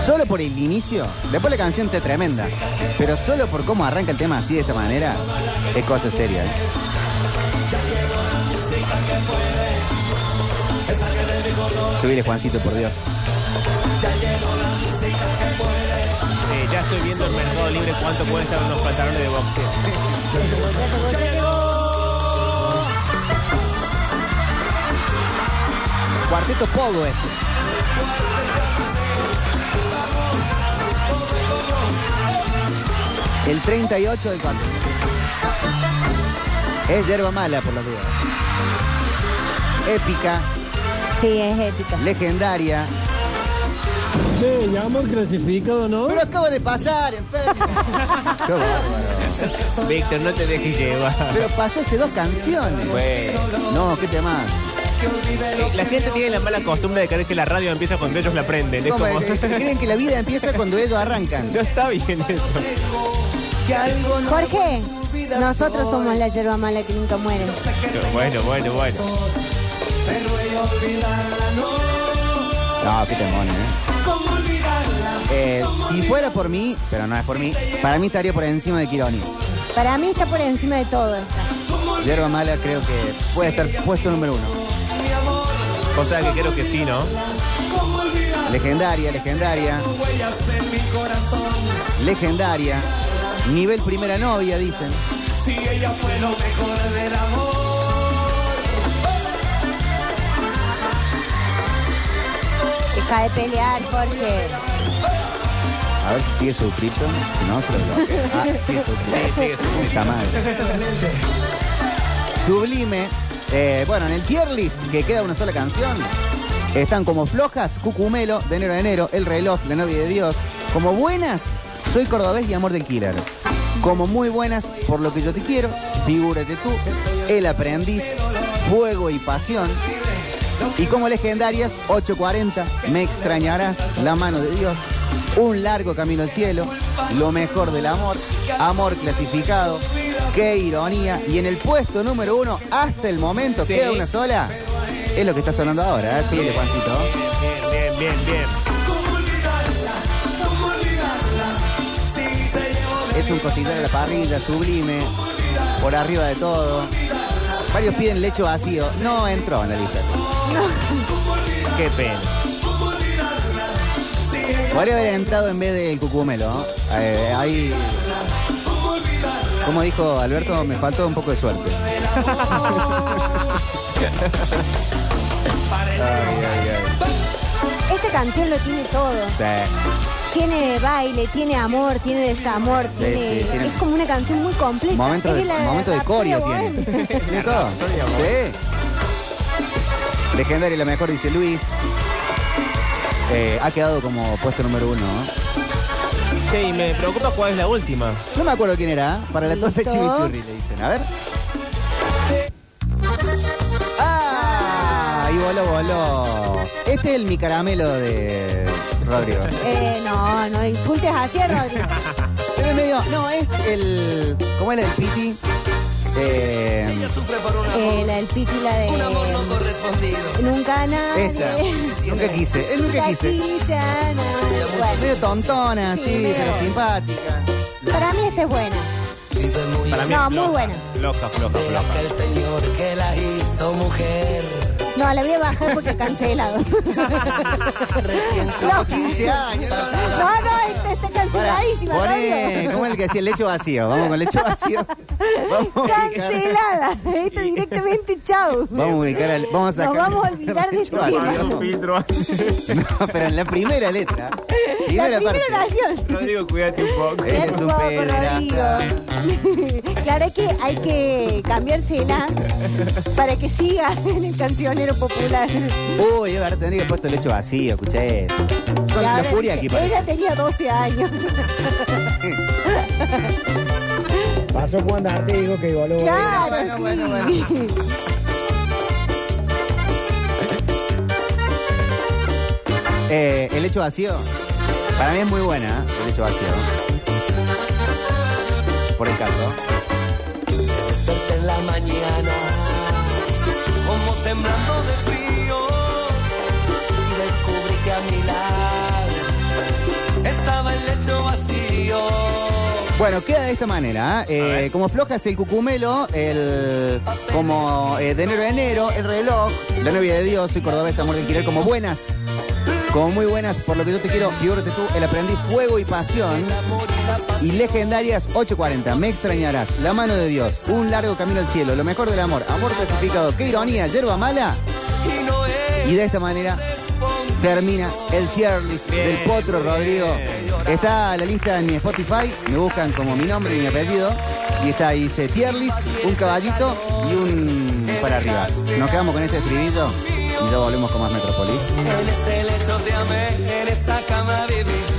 S1: Solo por el inicio, después la canción te tremenda, pero solo por cómo arranca el tema así de esta manera, es cosa seria. ¿eh? Subile Juancito, por Dios.
S2: Eh, ya estoy viendo en Mercado Libre cuánto pueden estar unos pantalones de boxeo.
S1: Cuarteto Pogo este. El 38 del cuarteto. Es yerba mala por las dudas. Épica,
S3: Sí, es épica.
S1: legendaria.
S8: Che, ya hemos clasificado, ¿no?
S1: Pero acaba de pasar, enfermo. Qué bárbaro.
S2: Víctor, no te dejes llevar.
S1: Pero pasó hace dos canciones. No, qué tema.
S2: Eh, La gente tiene la mala costumbre de creer que la radio empieza cuando ellos la prenden. Es
S1: ¿Cómo?
S2: como...
S1: Eh, Creen que la vida empieza cuando ellos arrancan.
S2: [LAUGHS] No está bien eso.
S3: Jorge, nosotros somos la yerba mala que nunca muere.
S2: Bueno, bueno, bueno.
S1: No, qué temón, ¿eh? Eh, si fuera por mí, pero no es por mí, para mí estaría por encima de Kironi.
S3: Para mí está por encima de todo esta.
S1: Yerba mala creo que puede estar puesto número uno.
S2: O sea que creo que sí, ¿no?
S1: Legendaria, legendaria. Legendaria. Nivel primera novia, dicen.
S3: Deja de pelear, Jorge.
S1: A ver si sigue suscrito. Si no, se lo bloqueo. Ah, sigue suscrito.
S2: Sí, sigue suscrito.
S1: Está mal. Sublime. Eh, bueno, en el tier list, que queda una sola canción, están como flojas, Cucumelo, de enero a enero, El reloj, La novia de Dios. Como buenas, Soy cordobés y Amor del Quiraro. Como muy buenas, Por lo que yo te quiero, Figúrate tú, El aprendiz, Fuego y pasión. Y como legendarias, 840, Me extrañarás, La mano de Dios, Un largo camino al cielo, Lo mejor del amor, Amor clasificado, Qué ironía. Y en el puesto número uno, hasta el momento,
S2: Sí.
S1: queda una sola. Es lo que está sonando ahora, ¿eh? Súbele, Juancito.
S2: Bien, bien, bien, bien.
S1: Es un cosito de la parrilla, sublime, por arriba de todo. Varios piden lecho vacío. No entró en la lista.
S2: Qué pena.
S1: Podría haber entrado en vez del cucumelo. ¿no? Eh, ahí. Como dijo Alberto, me faltó un poco de
S3: [LAUGHS]
S1: suerte. Ay, ay, ay.
S3: Esta canción lo tiene todo.
S1: Sí.
S3: Tiene baile, tiene amor, tiene desamor, tiene,
S1: sí, tiene-
S3: es como una canción muy completa.
S1: Momento
S3: Es
S1: de,
S3: la- ¿eh?
S1: momento de
S3: la
S1: corio
S3: Rapsodia
S1: tiene.
S3: [LAUGHS] Bohemia.
S1: ¿Tiene todo? Sí. Legendario la mejor, dice Luis. Eh, ha quedado como puesto número uno. ¿no?
S2: Che, y me preocupa cuál es la última.
S1: No me acuerdo quién era. ¿eh? Para la torta
S3: Listo.
S1: chimichurri le dicen. A ver. ¡Ah! Y voló, voló. Este es el mi caramelo de Rodrigo.
S3: Eh, no, no insultes así
S1: [LAUGHS]
S3: a Rodrigo.
S1: Pero es medio. No, es el. ¿Cómo era el piti? Eh,
S3: Eh, la del Piti, la de... Nunca nadie. [LAUGHS]
S1: esa. Nunca quise. Él nunca
S3: Nunca
S1: quise.
S3: quise a nadie. Bueno,
S1: Medio tontona,
S3: Sí,
S1: sí,
S3: medio.
S1: pero simpática.
S3: para mí esta es buena.
S2: Para mí
S3: No,
S2: es
S3: muy
S2: floja,
S3: buena.
S2: Floja, floja, floja.
S4: El señor que la hizo mujer.
S3: No, la voy a bajar porque
S1: [LAUGHS]
S3: cancelado.
S1: Como
S3: Loca.
S1: 15 años. no, no, no.
S3: No, no, esta está
S1: Pará,
S3: canceladísima,
S1: Pone,
S3: Rodrigo.
S1: ¿cómo es el que hacía el lecho vacío? Vamos con lecho
S3: [LAUGHS]
S1: vacío. Vamos a ubicar-
S3: Cancelada.
S1: [LAUGHS]
S3: Esto directamente, chau.
S1: Vamos a ubicar al- vamos a
S3: Nos
S1: sacar.
S3: vamos a olvidar de este tema.
S1: Lecho vacío. [LAUGHS] No, pero en la primera letra. Primera
S3: La primera
S1: parte.
S3: oración.
S2: Rodrigo, cuídate un poco.
S1: Él
S3: Bien
S1: es un
S3: poco,
S1: pederasta.
S3: Rodrigo. Claro que hay que cambiársela para que siga en el cancionero popular.
S1: Uy, yo ahora tendría que haber puesto lecho vacío, escuché eso. Con
S3: Y
S1: la
S3: ahora
S1: furia
S3: dice,
S1: aquí parece.
S3: Ella tenía 12 años.
S8: Pasó Juan Darte y dijo que voló.
S3: Claro,
S1: bueno,
S3: sí.
S1: bueno, bueno. Eh, el hecho vacío, para mí es muy buena, ¿eh? el hecho vacío. Por el caso.
S4: Desperté en la mañana, como temblando de frío, y descubrí que a mi lado estaba el lecho vacío.
S1: Bueno, queda de esta manera. ¿eh? Eh, como flojas el cucumelo, el como eh, de enero a enero, el reloj, la novia de Dios, soy cordobés, amor del querer, como buenas. Como muy buenas, por lo que yo te quiero, figúrate tú, el aprendiz fuego y pasión. Y legendarias 840, me extrañarás, la mano de Dios, un largo camino al cielo, lo mejor del amor, amor clasificado, qué ironía, yerba mala. Y de esta manera termina el tier list
S2: Bien,
S1: del Potro
S2: bien.
S1: Rodrigo. Está la lista en mi Spotify, me buscan como mi nombre y mi apellido. Y está ahí, dice tier list, un caballito y un para arriba. Nos quedamos con este estribillo y luego volvemos con más Metropolis.
S4: En ese lecho te amé, en esa cama viví.